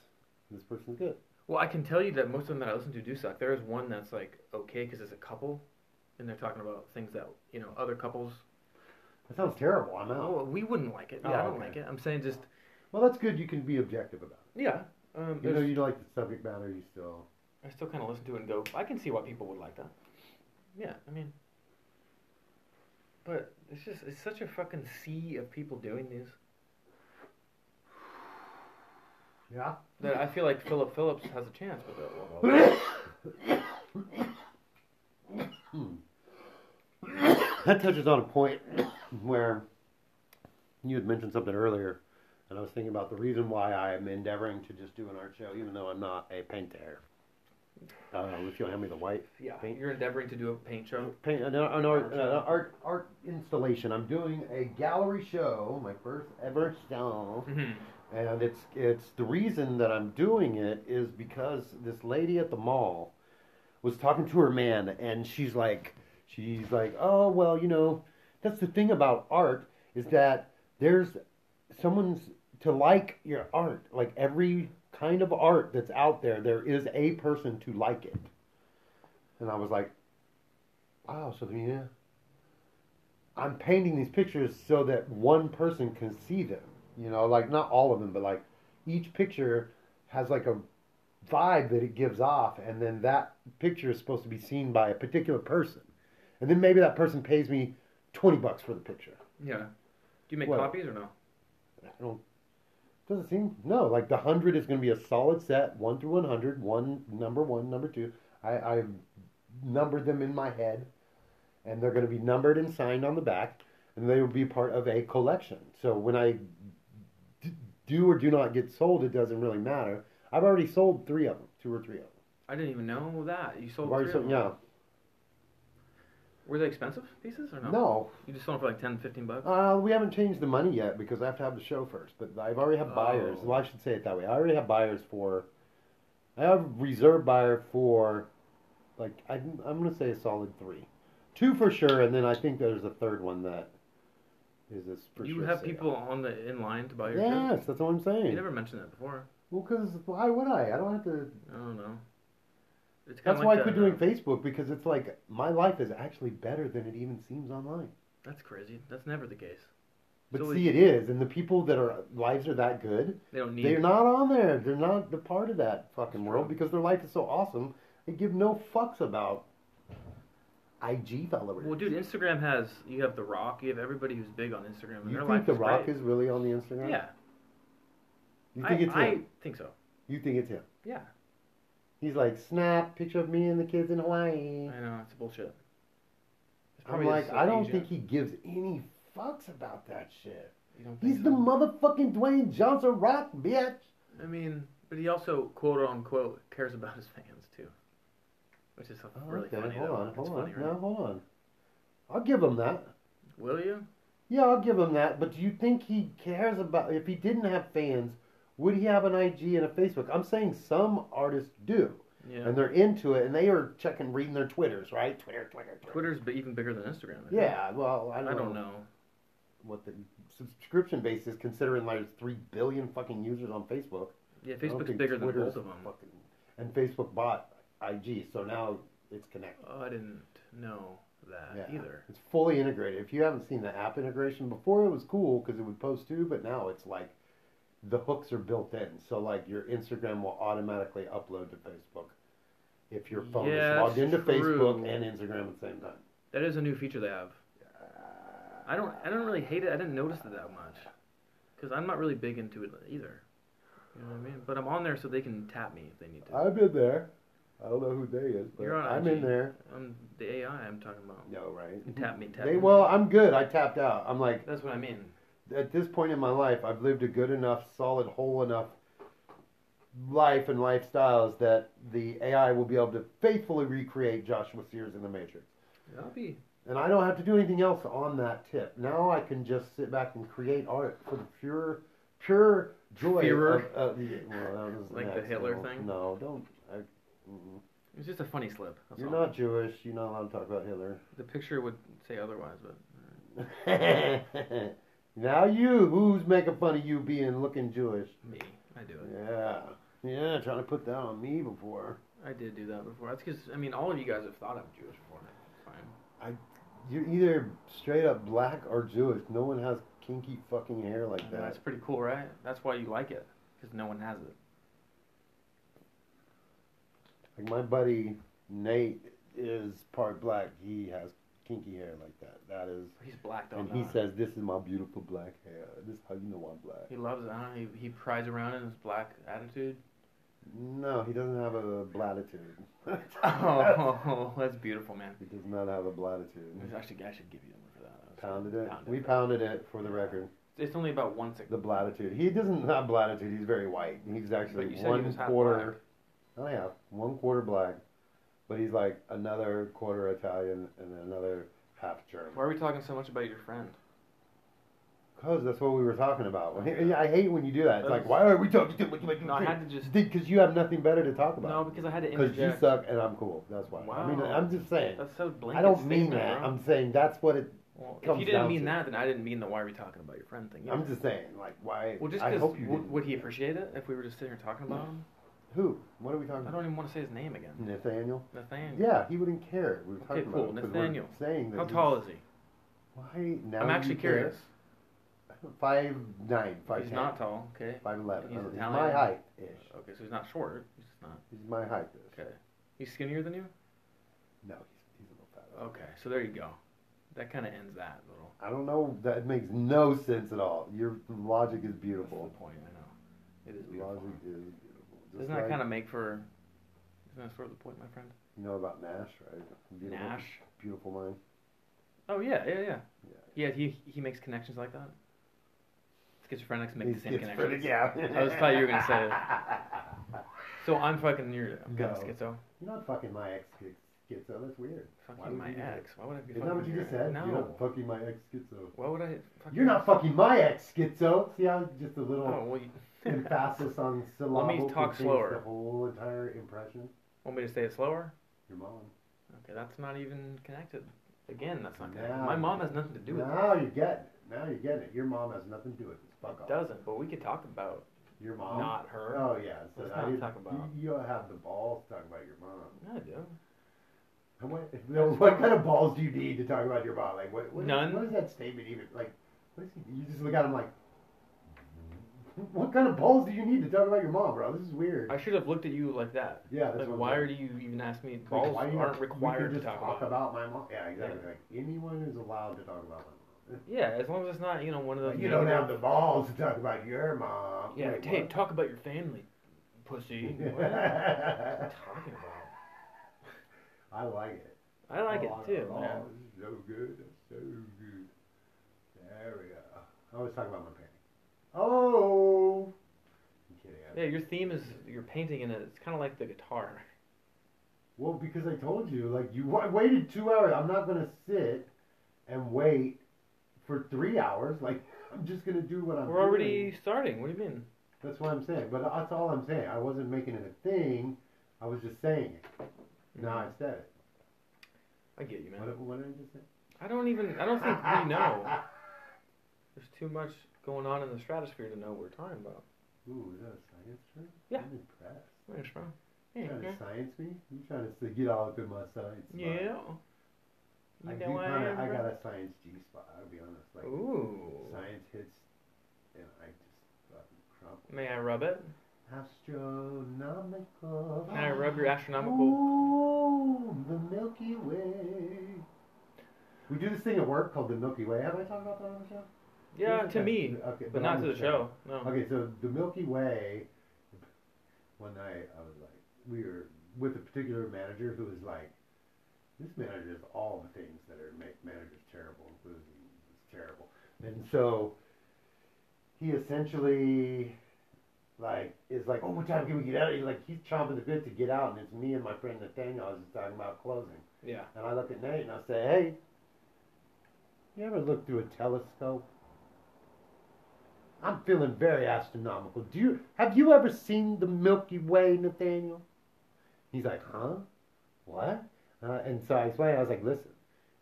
Speaker 1: this person's good.
Speaker 2: Well, I can tell you that most of them that I listen to do suck. There is one that's like okay because it's a couple, and they're talking about things that you know other couples.
Speaker 1: That sounds terrible. I'm out.
Speaker 2: Oh, we wouldn't like it. Yeah,
Speaker 1: Oh,
Speaker 2: I don't
Speaker 1: okay.
Speaker 2: like it. I'm saying just
Speaker 1: Well, that's good. You can be objective about
Speaker 2: yeah. Um,
Speaker 1: it. You know,
Speaker 2: there's-
Speaker 1: you like the subject matter. You still.
Speaker 2: I still kind of listen to it and go, I can see why people would like that. Yeah, I mean, but it's just it's such a fucking sea of people doing these
Speaker 1: Yeah.
Speaker 2: that I feel like Philip Phillips has a chance with it. Well,
Speaker 1: that touches on a point where you had mentioned something earlier, and I was thinking about the reason why I am endeavoring to just do an art show, even though I'm not a painter. Uh, if you'll hand me the white
Speaker 2: yeah,
Speaker 1: paint.
Speaker 2: you're endeavoring to do a paint show.
Speaker 1: paint an, an art, an art art installation. I'm doing a gallery show, my first ever show.
Speaker 2: Mhm.
Speaker 1: And it's it's the reason that I'm doing it is because this lady at the mall was talking to her man and she's like she's like, "Oh, well, you know, that's the thing about art is that there's someone's to like your art, like every kind of art that's out there, there is a person to like it." And I was like, "Wow, so yeah. I'm painting these pictures so that one person can see them." you know like not all of them but like each picture has like a vibe that it gives off and then that picture is supposed to be seen by a particular person and then maybe that person pays me 20 bucks for the picture
Speaker 2: Yeah. Do you make
Speaker 1: What?
Speaker 2: copies or no?
Speaker 1: i don't doesn't seem no like the 100 is going to be a solid set 1 through 100 one number 1 number 2 i i numbered them in my head and they're going to be numbered and signed on the back and they will be part of a collection so when i d- do or do not get sold it doesn't really matter i've already sold three of them two or three of them
Speaker 2: I didn't even know that. You sold
Speaker 1: I've already
Speaker 2: three
Speaker 1: sold-
Speaker 2: of them.
Speaker 1: yeah
Speaker 2: Were they expensive pieces or no?
Speaker 1: no
Speaker 2: You just sold them for like 10, 15 bucks?
Speaker 1: uh, we haven't changed the money yet because i have to have the show first but i've already have buyers
Speaker 2: Oh.
Speaker 1: well i should say it that way i already have buyers for i have reserve buyer for like I, i'm going to say a solid three two for sure and then i think there's a third one that is a for
Speaker 2: you
Speaker 1: sure
Speaker 2: have
Speaker 1: sale.
Speaker 2: people on the in line to buy your shit?
Speaker 1: Yes, that's what I'm saying.
Speaker 2: You never mentioned that before.
Speaker 1: Well, because why would I? I don't have to.
Speaker 2: I don't know. It's kinda
Speaker 1: That's
Speaker 2: like
Speaker 1: why
Speaker 2: that,
Speaker 1: I quit doing
Speaker 2: uh,
Speaker 1: Facebook because it's like my life is actually better than it even seems online.
Speaker 2: That's crazy. That's never the case.
Speaker 1: But
Speaker 2: So
Speaker 1: see, it is, and the people that are lives are that good.
Speaker 2: They don't need.
Speaker 1: They're not on there. They're not the part of that fucking
Speaker 2: That's
Speaker 1: world
Speaker 2: true.
Speaker 1: because their life is so awesome. They give no fucks about IG followers.
Speaker 2: Well, dude, Instagram has you have The Rock. You have everybody who's big on Instagram. And
Speaker 1: you
Speaker 2: their
Speaker 1: think
Speaker 2: life
Speaker 1: The
Speaker 2: is
Speaker 1: Rock
Speaker 2: great.
Speaker 1: is really on the Instagram?
Speaker 2: Yeah,
Speaker 1: You think
Speaker 2: I,
Speaker 1: it's
Speaker 2: I
Speaker 1: him?
Speaker 2: think so.
Speaker 1: You think it's him?
Speaker 2: Yeah,
Speaker 1: He's like, snap, picture of me and the kids in Hawaii.
Speaker 2: I know it's bullshit. It's
Speaker 1: I'm
Speaker 2: probably
Speaker 1: like,
Speaker 2: just
Speaker 1: I don't
Speaker 2: Asia.
Speaker 1: think he gives any fucks about that shit.
Speaker 2: You don't think
Speaker 1: He's the
Speaker 2: so?
Speaker 1: motherfucking Dwayne Johnson Rock, bitch.
Speaker 2: I mean, but he also quote unquote cares about his fans too, which is really
Speaker 1: okay,
Speaker 2: funny.
Speaker 1: hold
Speaker 2: though.
Speaker 1: on,
Speaker 2: It's
Speaker 1: hold on,
Speaker 2: funny, right?
Speaker 1: no, hold on. I'll give him that.
Speaker 2: Will you?
Speaker 1: Yeah, I'll give him that. But do you think he cares about? If he didn't have fans, would he have an IG and a Facebook? I'm saying some artists do,
Speaker 2: Yeah.
Speaker 1: and they're into it, and they are checking, reading their Twitters, right? Twitter, Twitter, Twitter.
Speaker 2: Twitter's b- even bigger than Instagram. I think.
Speaker 1: Yeah, well, I
Speaker 2: I
Speaker 1: don't,
Speaker 2: don't know.
Speaker 1: what the subscription base is, considering like there's three billion fucking users on Facebook.
Speaker 2: Yeah,
Speaker 1: I don't
Speaker 2: Facebook's
Speaker 1: think
Speaker 2: bigger than
Speaker 1: Twitter's
Speaker 2: both of them.
Speaker 1: Fucking, and Facebook bought IG, so now it's connected.
Speaker 2: Oh, I didn't know that
Speaker 1: Yeah.
Speaker 2: either.
Speaker 1: It's fully integrated. If you haven't seen the app integration, before it was cool because it would post too, but now it's like the hooks are built in. So like your Instagram will automatically upload to Facebook if your phone
Speaker 2: Yeah,
Speaker 1: is logged
Speaker 2: that's
Speaker 1: into
Speaker 2: true.
Speaker 1: Facebook and Instagram at the same time.
Speaker 2: That is a new feature they have. I don't I don't really hate it. I didn't notice it that much because I'm not really big into it either. You know what I mean? But I'm on there so they can tap me if they need to.
Speaker 1: I've been there. I don't know who they is, but
Speaker 2: You're on
Speaker 1: I'm
Speaker 2: IG.
Speaker 1: in there.
Speaker 2: I'm the AI I'm talking about.
Speaker 1: No, right?
Speaker 2: You can tap me, tap
Speaker 1: They,
Speaker 2: me.
Speaker 1: well, I'm good. I tapped out. I'm like,
Speaker 2: That's what I mean.
Speaker 1: at this point in my life, I've lived a good enough, solid, whole enough life and lifestyles that the AI will be able to faithfully recreate Joshua Sears in the Matrix.
Speaker 2: I'll be.
Speaker 1: And I don't have to do anything else on that tip. Now I can just sit back and create art for the pure, pure joy.
Speaker 2: Führer?
Speaker 1: Of, of- yeah, well, that was
Speaker 2: Like
Speaker 1: an
Speaker 2: the Hitler
Speaker 1: accidental-
Speaker 2: thing?
Speaker 1: No, don't. I, mm-mm.
Speaker 2: It's just a funny slip. That's
Speaker 1: You're
Speaker 2: all.
Speaker 1: not Jewish. You're not allowed to talk about Hitler.
Speaker 2: The picture would say otherwise, but
Speaker 1: You're Now you, who's making fun of you being looking Jewish?
Speaker 2: Me, I do it.
Speaker 1: Yeah, yeah, trying to put that on me before.
Speaker 2: I did do that before. That's because I mean, all of you guys have thought I'm Jewish before. It's Fine.
Speaker 1: You're either straight up black or Jewish. No one has kinky fucking hair like
Speaker 2: I know,
Speaker 1: that.
Speaker 2: That's pretty cool, right? That's why you like it, because no one has it.
Speaker 1: Like my buddy Nate is part black. He has kinky hair like that. That is,
Speaker 2: He's blacked on
Speaker 1: and he
Speaker 2: that.
Speaker 1: says, "This is my beautiful black hair. This is how you know I'm black."
Speaker 2: He loves it. Huh? He he prides around in his black attitude.
Speaker 1: No, he doesn't have a blatitude.
Speaker 2: Oh, that's beautiful, man.
Speaker 1: He does not have a blatitude.
Speaker 2: Actually, I should give you one for that. That's-
Speaker 1: Pounded it.
Speaker 2: Pounded
Speaker 1: We pounded it for the record.
Speaker 2: It's only about one second.
Speaker 1: The blatitude. He doesn't have blatitude. He's very white. He's actually
Speaker 2: you said he
Speaker 1: one
Speaker 2: was half
Speaker 1: quarter. Oh yeah, one quarter black, but he's like another quarter Italian and another half German.
Speaker 2: Why are we talking so much about your friend?
Speaker 1: Cause that's what we were talking about. Yeah, I hate when you do that. It's like, why are we talking too much?
Speaker 2: No, I had to just
Speaker 1: Because you have nothing better to talk
Speaker 2: no
Speaker 1: about.
Speaker 2: because I had to
Speaker 1: Because you
Speaker 2: interject.
Speaker 1: suck and I'm cool. That's why. I mean,
Speaker 2: Wow.
Speaker 1: I'm just saying.
Speaker 2: That's so blanket.
Speaker 1: I don't mean
Speaker 2: statement,
Speaker 1: that.
Speaker 2: bro.
Speaker 1: I'm saying that's what it.
Speaker 2: Well, if
Speaker 1: comes
Speaker 2: you didn't
Speaker 1: down
Speaker 2: mean
Speaker 1: to.
Speaker 2: that, then I didn't mean the why are we talking about your friend thing.
Speaker 1: I'm
Speaker 2: either.
Speaker 1: just saying, like, why?
Speaker 2: well, just
Speaker 1: I
Speaker 2: because
Speaker 1: hope you
Speaker 2: would,
Speaker 1: didn't.
Speaker 2: would he appreciate it if we were just sitting here talking about him?
Speaker 1: Who? What are we talking
Speaker 2: I
Speaker 1: about?
Speaker 2: don't even want to say his name again.
Speaker 1: Nathaniel.
Speaker 2: Nathaniel.
Speaker 1: Yeah, he wouldn't care. We were
Speaker 2: Okay,
Speaker 1: talking
Speaker 2: cool.
Speaker 1: about it, 'cause we're
Speaker 2: Nathaniel.
Speaker 1: Saying that
Speaker 2: How
Speaker 1: he's-
Speaker 2: tall is he?
Speaker 1: Why now?
Speaker 2: I'm
Speaker 1: you
Speaker 2: actually
Speaker 1: care?
Speaker 2: curious.
Speaker 1: Five nine, five
Speaker 2: he's
Speaker 1: ten,
Speaker 2: not tall. Okay.
Speaker 1: five eleven.
Speaker 2: He's
Speaker 1: I don't know.
Speaker 2: Italian.
Speaker 1: my height ish.
Speaker 2: Okay, so he's not short. He's just not.
Speaker 1: He's my height ish.
Speaker 2: Okay. He's skinnier than you.
Speaker 1: No, he's, he's a little fat.
Speaker 2: Okay, so there you go. That kind of ends that little.
Speaker 1: I don't know. That makes no sense at all. Your logic is
Speaker 2: That's
Speaker 1: beautiful.
Speaker 2: the point. I know. It is
Speaker 1: Your
Speaker 2: beautiful.
Speaker 1: logic is beautiful. Just
Speaker 2: Doesn't that
Speaker 1: like
Speaker 2: kind of make for? Isn't that sort of the point, my friend?
Speaker 1: you know about Nash, right? Beautiful,
Speaker 2: Nash.
Speaker 1: beautiful mind.
Speaker 2: Oh yeah, yeah, yeah.
Speaker 1: Yeah.
Speaker 2: Yeah, he he makes connections like that. Schizophrenics make
Speaker 1: He's
Speaker 2: the same
Speaker 1: schizophrenic,
Speaker 2: connections.
Speaker 1: Yeah.
Speaker 2: I was thought you were gonna say So I'm fucking your I'm
Speaker 1: No.
Speaker 2: fucking schizo.
Speaker 1: You're not fucking my ex schizo. That's weird. Why
Speaker 2: Fucking
Speaker 1: would
Speaker 2: my
Speaker 1: you do that?
Speaker 2: ex. Why would I be
Speaker 1: Isn't
Speaker 2: fucking
Speaker 1: that what you
Speaker 2: your
Speaker 1: just said?
Speaker 2: No.
Speaker 1: You're not fucking my ex schizo.
Speaker 2: Why would I? Fuck
Speaker 1: You're
Speaker 2: your
Speaker 1: not
Speaker 2: ex?
Speaker 1: fucking my ex schizo. See how just a little.
Speaker 2: Oh well. You,
Speaker 1: emphasis on syllable.
Speaker 2: Let me talk
Speaker 1: contains
Speaker 2: slower.
Speaker 1: The whole entire impression.
Speaker 2: want me to say it slower?
Speaker 1: Your mom.
Speaker 2: Okay, that's not even connected. Again, that's not connected.
Speaker 1: No.
Speaker 2: My mom has nothing to do with
Speaker 1: now you're getting it. Now you're getting it. Your mom has nothing to do with this. Fuck
Speaker 2: it.
Speaker 1: off.
Speaker 2: Doesn't. But we could talk about
Speaker 1: Your mom.
Speaker 2: not her.
Speaker 1: Oh yeah. So
Speaker 2: Let's
Speaker 1: I
Speaker 2: not
Speaker 1: didn't-
Speaker 2: talk about-
Speaker 1: You, you don't have the balls to talk about your mom.
Speaker 2: No, I do.
Speaker 1: And What, no, what kind of balls do you need to talk about your mom? Like what? what
Speaker 2: None.
Speaker 1: What is that statement even like? What is he, you just look at him like. What kind of balls do you need to talk about your mom, bro? This is weird.
Speaker 2: I should have looked at you like that.
Speaker 1: yeah, that's
Speaker 2: Like,
Speaker 1: what I'm
Speaker 2: why
Speaker 1: saying.
Speaker 2: are you even ask me?
Speaker 1: Like,
Speaker 2: Balls
Speaker 1: why do you
Speaker 2: aren't
Speaker 1: we can
Speaker 2: required to
Speaker 1: just
Speaker 2: talk about.
Speaker 1: my mom. Yeah, exactly. Like anyone is allowed to talk about my mom.
Speaker 2: Yeah, as long as it's not, you know, one of those.
Speaker 1: But you don't have the balls to talk about your mom.
Speaker 2: Yeah,
Speaker 1: Wait,
Speaker 2: hey,
Speaker 1: what?
Speaker 2: talk about your family, pussy. What are you talking about?
Speaker 1: I like it.
Speaker 2: I like
Speaker 1: Oh,
Speaker 2: it too.
Speaker 1: Oh,
Speaker 2: man.
Speaker 1: this is so good. That's so good. There we go. I always talk about my painting. Oh. I'm kidding.
Speaker 2: Yeah, your theme is your painting, and it's kind of like the guitar.
Speaker 1: Well, because I told you, like you wa- waited two hours. I'm not gonna sit and wait for three hours. Like I'm just gonna do what I'm.
Speaker 2: We're
Speaker 1: doing.
Speaker 2: already starting. What do you mean?
Speaker 1: That's what I'm saying. But that's all I'm saying. I wasn't making it a thing. I was just saying it.
Speaker 2: Mm-hmm.
Speaker 1: Now I said it.
Speaker 2: I get you, man.
Speaker 1: What, what did I just say?
Speaker 2: I don't even. I don't think we know. There's too much going on in the stratosphere to know what we're talking about.
Speaker 1: Ooh, is that a science term?
Speaker 2: Yeah.
Speaker 1: I'm impressed.
Speaker 2: Thanks, bro.
Speaker 1: You
Speaker 2: Yeah.
Speaker 1: trying to science me? You trying to say, get all up in my science spot.
Speaker 2: Yeah.
Speaker 1: I
Speaker 2: You
Speaker 1: do
Speaker 2: know I
Speaker 1: kinda-
Speaker 2: am,
Speaker 1: I
Speaker 2: bro.
Speaker 1: got a science G spot, I'll be honest. Like,
Speaker 2: Ooh.
Speaker 1: science hits, and I just fucking crumple.
Speaker 2: May I rub it?
Speaker 1: Astronomical.
Speaker 2: May I rub your astronomical?
Speaker 1: Ooh, the Milky Way. We do this thing at work called the Milky Way. Have I talked about that on the show?
Speaker 2: Yeah,
Speaker 1: Yes,
Speaker 2: to
Speaker 1: okay.
Speaker 2: me,
Speaker 1: Okay,
Speaker 2: but not
Speaker 1: on
Speaker 2: to the show. No.
Speaker 1: Okay, so the Milky Way. One night, I was like, we were with a particular manager who was like, this manager is all the things that are make managers terrible, including it's terrible. And so he essentially like is like, oh, what time can we get out? He's like, he's chomping the bit to get out, and it's me and my friend Nathaniel. I was just talking about closing.
Speaker 2: Yeah.
Speaker 1: And I look at Nate and I say, hey, you ever look through a telescope? I'm feeling very astronomical. Do you have you ever seen the Milky Way, Nathaniel? He's like, huh? What? Uh, and so I explained. I was like, listen,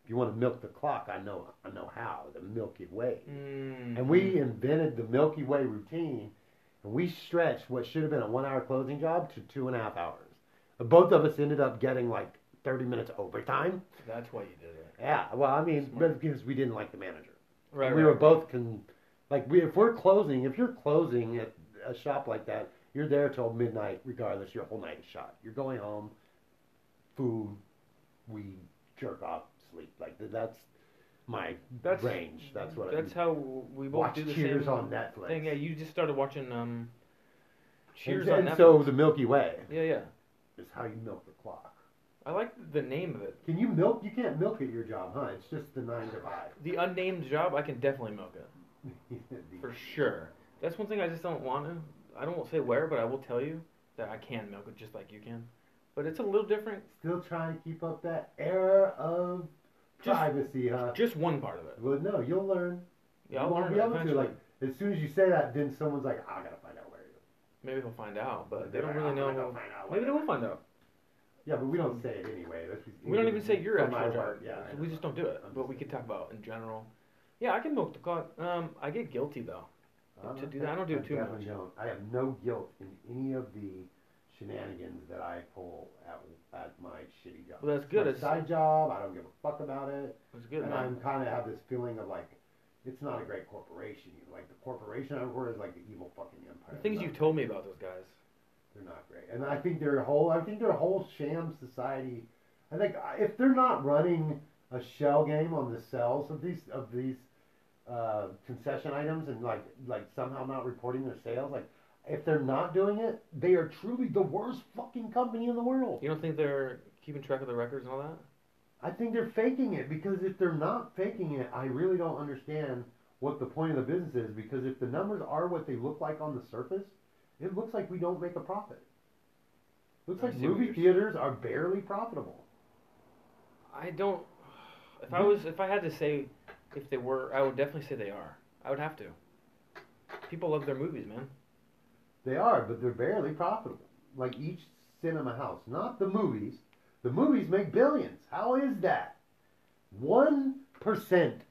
Speaker 1: you want to milk the clock, I know I know how the Milky Way.
Speaker 2: Mm.
Speaker 1: And we invented the Milky Way routine, and we stretched what should have been a one-hour closing job to two and a half hours. And both of us ended up getting like 30 minutes overtime.
Speaker 2: That's why you did it.
Speaker 1: Yeah, well, I mean,
Speaker 2: Smart.
Speaker 1: but because we didn't like the manager.
Speaker 2: Right.
Speaker 1: we were both con- like, we, if we're closing, if you're closing at a shop like that, you're there till midnight, regardless. Your whole night is shot. You're going home, food, we jerk off, sleep. Like th- that's my
Speaker 2: That's-
Speaker 1: range. That's what.
Speaker 2: That's
Speaker 1: I
Speaker 2: how we both
Speaker 1: watch
Speaker 2: do the
Speaker 1: Cheers
Speaker 2: same
Speaker 1: on Netflix.
Speaker 2: thing. Yeah, you just started watching um, Cheers
Speaker 1: and,
Speaker 2: on
Speaker 1: and
Speaker 2: Netflix.
Speaker 1: so the Milky Way
Speaker 2: yeah, yeah.
Speaker 1: is how you milk the clock.
Speaker 2: I like the name of it.
Speaker 1: Can you milk? You can't milk at your job, huh? It's just the nine to five.
Speaker 2: The unnamed job, I can definitely milk it
Speaker 1: The-
Speaker 2: for sure. That's one thing I just don't want to. I don't say where, but I will tell you that I can milk it just like you can. But it's a little different.
Speaker 1: Still trying to keep up that air of
Speaker 2: Just-
Speaker 1: privacy, huh?
Speaker 2: Just one part of it.
Speaker 1: Well, no, you'll learn.
Speaker 2: Yeah,
Speaker 1: you
Speaker 2: I'll
Speaker 1: won't
Speaker 2: learn
Speaker 1: be
Speaker 2: it
Speaker 1: able
Speaker 2: eventually.
Speaker 1: to. Like, as soon as you say that, then someone's like, I gotta find out where you.
Speaker 2: Maybe he'll find out, but they
Speaker 1: They're
Speaker 2: don't
Speaker 1: like,
Speaker 2: really
Speaker 1: "I'm
Speaker 2: know.
Speaker 1: gonna go find out
Speaker 2: Maybe they
Speaker 1: where
Speaker 2: will
Speaker 1: you-"
Speaker 2: find out.
Speaker 1: Yeah, but we don't say it anyway. That's just-
Speaker 2: We don't even say your
Speaker 1: From my
Speaker 2: actual job.
Speaker 1: part, Yeah, I
Speaker 2: we
Speaker 1: know.
Speaker 2: just don't do it.
Speaker 1: I'm
Speaker 2: But
Speaker 1: just
Speaker 2: we could
Speaker 1: saying.
Speaker 2: talk about in general. Yeah, I can milk the clock. Um, I get guilty though.
Speaker 1: I don't
Speaker 2: to
Speaker 1: know.
Speaker 2: do that. I don't do
Speaker 1: I
Speaker 2: it too
Speaker 1: definitely
Speaker 2: much.
Speaker 1: don't. I have no guilt in any of the shenanigans that I pull at, at my shitty job.
Speaker 2: Well, that's
Speaker 1: It's
Speaker 2: good.
Speaker 1: my
Speaker 2: It's-
Speaker 1: side job. I don't give a fuck about it.
Speaker 2: It's good,
Speaker 1: and
Speaker 2: man.
Speaker 1: I'm kind of have this feeling of like, it's not a great corporation. You know, Like the corporation I work for is like the evil fucking empire.
Speaker 2: The things
Speaker 1: They're
Speaker 2: you
Speaker 1: not-
Speaker 2: told me about those guys.
Speaker 1: they're not great. And I think their whole, I think their whole sham society. I think I- if they're not running a shell game on the sales of these of these uh, concession items and like like somehow not reporting their sales, like if they're not doing it, they are truly the worst fucking company in the world.
Speaker 2: You don't think they're keeping track of the records and all that?
Speaker 1: I think they're faking it because if they're not faking it, I really don't understand what the point of the business is because if the numbers are what they look like on the surface, it looks like we don't make a profit. Looks
Speaker 2: I
Speaker 1: like
Speaker 2: see what
Speaker 1: movie
Speaker 2: you're
Speaker 1: theaters are barely profitable.
Speaker 2: I don't. If I was, if I had to say, if they were, I would definitely say they are. I would have to. People love their movies, man.
Speaker 1: They are, but they're barely profitable. Like each cinema house, not the movies. The movies make billions. How is that? 1%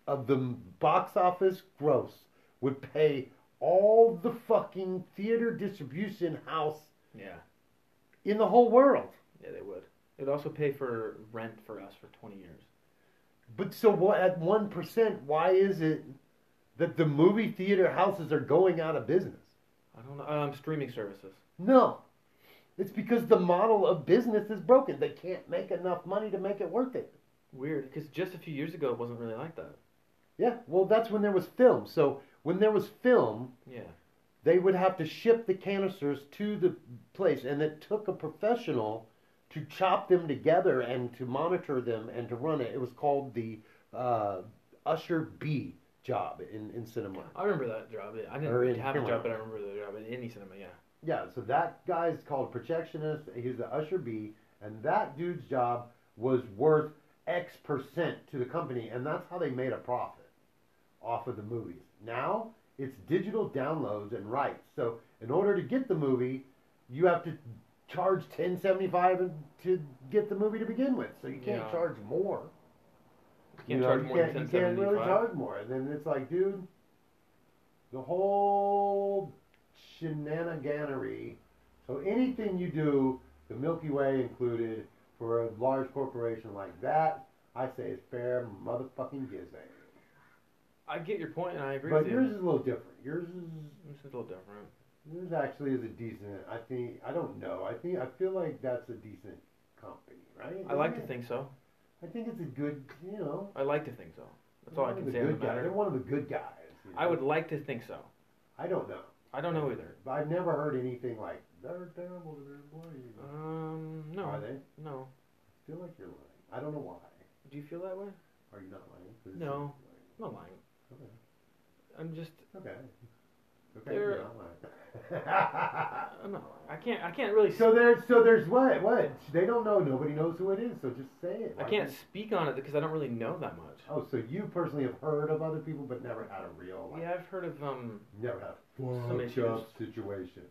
Speaker 1: of the m- box office gross would pay all the fucking theater distribution house
Speaker 2: Yeah,
Speaker 1: in the whole world.
Speaker 2: yeah, they would. They'd also pay for rent for us for twenty years.
Speaker 1: But so what at 1%, why is it that the movie theater houses are going out of business?
Speaker 2: I don't know. Um, streaming services.
Speaker 1: No. It's because the model of business is broken. They can't make enough money to make it worth it.
Speaker 2: Weird, because just a few years ago it wasn't really like that.
Speaker 1: Yeah, well, that's when there was film. So when there was film,
Speaker 2: Yeah.
Speaker 1: they would have to ship the canisters to the place, and it took a professional to chop them together and to monitor them and to run it. It was called the uh, usher B job in, in cinema.
Speaker 2: I remember that job. Yeah. I
Speaker 1: Or
Speaker 2: didn't
Speaker 1: in
Speaker 2: have a
Speaker 1: cinema.
Speaker 2: job, but I remember the job in any cinema. Yeah.
Speaker 1: Yeah, so that guy's called a projectionist. He's the usher B, and that dude's job was worth X percent to the company, and that's how they made a profit off of the movies. Now it's digital downloads and rights. So in order to get the movie, you have to charge ten seventy five to get the movie to begin with. So you can't
Speaker 2: Yeah.
Speaker 1: charge more.
Speaker 2: You can't
Speaker 1: You know,
Speaker 2: charge
Speaker 1: you
Speaker 2: more
Speaker 1: can't,
Speaker 2: than
Speaker 1: you
Speaker 2: ten
Speaker 1: can't
Speaker 2: seventy
Speaker 1: really
Speaker 2: five.
Speaker 1: charge more. And then it's like, dude, the whole shenaniganery. So anything you do, the Milky Way included, for a large corporation like that, I say is fair motherfucking gizang.
Speaker 2: I get your point, and I agree
Speaker 1: But
Speaker 2: with you.
Speaker 1: yours is a little different. Yours is
Speaker 2: This is a little different.
Speaker 1: yours actually is a decent. I think I don't know. I think I feel like that's a decent company, right?
Speaker 2: I like to
Speaker 1: Yeah.
Speaker 2: think so.
Speaker 1: I think it's a good. You know,
Speaker 2: I like to think so. That's all I
Speaker 1: one of
Speaker 2: can
Speaker 1: the
Speaker 2: say on the
Speaker 1: good guys. They're
Speaker 2: matter.
Speaker 1: one of the good guys. you
Speaker 2: I
Speaker 1: know?
Speaker 2: would like to think so.
Speaker 1: I don't know.
Speaker 2: I don't know either.
Speaker 1: But I've never heard anything like they're terrible to their employees.
Speaker 2: Um, no.
Speaker 1: Are they?
Speaker 2: No.
Speaker 1: I feel like you're lying. I don't know why.
Speaker 2: Do you feel that way?
Speaker 1: Are you not lying? 'Cause it's
Speaker 2: No.
Speaker 1: just
Speaker 2: I'm not lying.
Speaker 1: lying.
Speaker 2: I'm just.
Speaker 1: Okay. Okay. Okay.
Speaker 2: They're-
Speaker 1: You're not
Speaker 2: I'm not lying. I can't. I can't really.
Speaker 1: lying. so there's so there's what what they don't know. Nobody knows who it is. So just say it.
Speaker 2: I
Speaker 1: Why
Speaker 2: can't
Speaker 1: can't-
Speaker 2: speak on it because I don't really know that much.
Speaker 1: Oh, so you personally have heard of other people, but never had a real like,
Speaker 2: Yeah, I've heard of um.
Speaker 1: never had
Speaker 2: Some
Speaker 1: a fucked
Speaker 2: issues.
Speaker 1: up situation.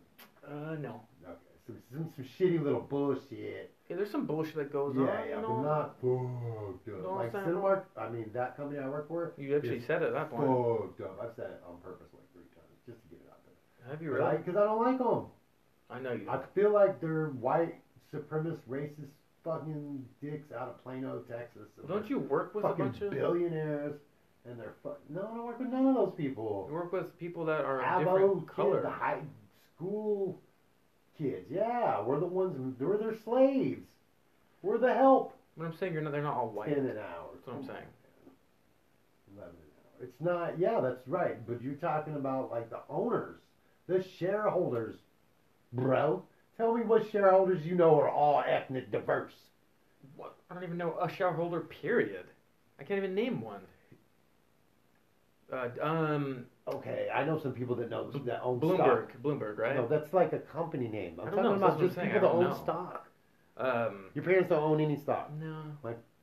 Speaker 2: Uh, no.
Speaker 1: Okay. Some, some some shitty little bullshit
Speaker 2: Yeah, there's some bullshit that goes
Speaker 1: yeah,
Speaker 2: on.
Speaker 1: yeah,
Speaker 2: you
Speaker 1: but
Speaker 2: know?
Speaker 1: not fucked
Speaker 2: You
Speaker 1: up.
Speaker 2: know what
Speaker 1: Like
Speaker 2: I'm saying, bro?
Speaker 1: Cinemark, I mean that company I work for,
Speaker 2: You actually
Speaker 1: is
Speaker 2: said it at that point.
Speaker 1: fucked up. I've said it on purpose like three times just to get it out there.
Speaker 2: Have you
Speaker 1: Because I,
Speaker 2: really?
Speaker 1: 'cause I don't like them.
Speaker 2: I know you.
Speaker 1: I feel like they're white supremacist, racist fucking dicks out of Plano, Texas. and
Speaker 2: Don't
Speaker 1: they're
Speaker 2: you work with a
Speaker 1: fucking
Speaker 2: bunch of?
Speaker 1: billionaires? And they're fuck. No, I don't work with none of those people.
Speaker 2: You work with people that are of
Speaker 1: Avo
Speaker 2: different
Speaker 1: kids, the
Speaker 2: color.
Speaker 1: high school kids. Yeah, we're the ones who we're their slaves. We're the help.
Speaker 2: What I'm saying, you're not. They're not all white.
Speaker 1: Ten
Speaker 2: That's
Speaker 1: an hour.
Speaker 2: what I'm saying.
Speaker 1: Eleven an hour. It's not. Yeah, that's right. But you're talking about like the owners, the shareholders, bro. Tell me what shareholders you know are all ethnic diverse.
Speaker 2: What? I don't even know a shareholder. Period. I can't even name one. Uh, um,
Speaker 1: Okay, I know some people that know that own
Speaker 2: Bloomberg.
Speaker 1: stock.
Speaker 2: Bloomberg, right?
Speaker 1: No, that's like a company name. I'm
Speaker 2: I don't
Speaker 1: talking
Speaker 2: know, that's
Speaker 1: about
Speaker 2: what I'm
Speaker 1: just
Speaker 2: saying,
Speaker 1: people
Speaker 2: I
Speaker 1: that
Speaker 2: don't
Speaker 1: own
Speaker 2: know.
Speaker 1: stock.
Speaker 2: um,
Speaker 1: Your parents don't own any stock.
Speaker 2: no.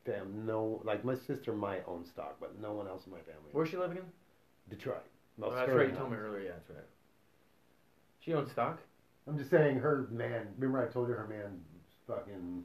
Speaker 1: Damn, no. Like my sister might own stock, but no one else in my family.
Speaker 2: Where's she live again?
Speaker 1: Detroit.
Speaker 2: Oh,
Speaker 1: Most
Speaker 2: that's
Speaker 1: her
Speaker 2: right. You
Speaker 1: owns.
Speaker 2: told me earlier. Yeah, that's right. She owns stock.
Speaker 1: I'm just saying, her man. Remember, I told you her man fucking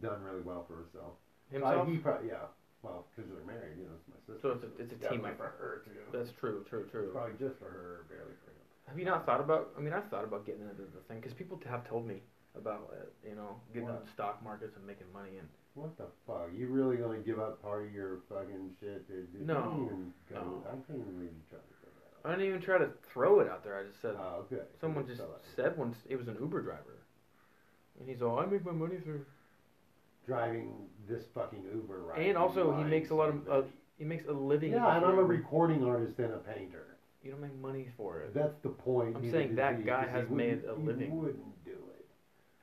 Speaker 1: done really well for herself.
Speaker 2: Himself.
Speaker 1: Uh, he probably, yeah. Well, because they're married, you know, it's my sister.
Speaker 2: So it's a- it's a
Speaker 1: definitely
Speaker 2: team effort.
Speaker 1: for her too.
Speaker 2: That's true. True. True.
Speaker 1: Probably just for her, barely for him.
Speaker 2: Have you not thought about? I mean, I've thought about getting into the thing because people have told me about it. You know, getting
Speaker 1: What?
Speaker 2: into stock markets and making money and
Speaker 1: What the fuck? You really gonna give up part of your fucking shit? To, to,
Speaker 2: No,
Speaker 1: You don't even go,
Speaker 2: no.
Speaker 1: I can't even really try to figure that
Speaker 2: I
Speaker 1: out.
Speaker 2: didn't even try to throw it out there. I just said
Speaker 1: Oh, okay.
Speaker 2: someone just
Speaker 1: So, like,
Speaker 2: said once it was an Uber driver, and he's all I make my money through.
Speaker 1: driving this fucking Uber ride.
Speaker 2: and also he
Speaker 1: online
Speaker 2: makes a lot of
Speaker 1: so
Speaker 2: uh, he makes a living.
Speaker 1: yeah, and I'm
Speaker 2: through-
Speaker 1: a recording artist and a painter.
Speaker 2: You don't make money for it.
Speaker 1: That's the point.
Speaker 2: I'm
Speaker 1: neither
Speaker 2: saying
Speaker 1: did
Speaker 2: that
Speaker 1: he,
Speaker 2: guy
Speaker 1: 'cause he
Speaker 2: has made
Speaker 1: wouldn't-
Speaker 2: a
Speaker 1: he
Speaker 2: living.
Speaker 1: wouldn't do it.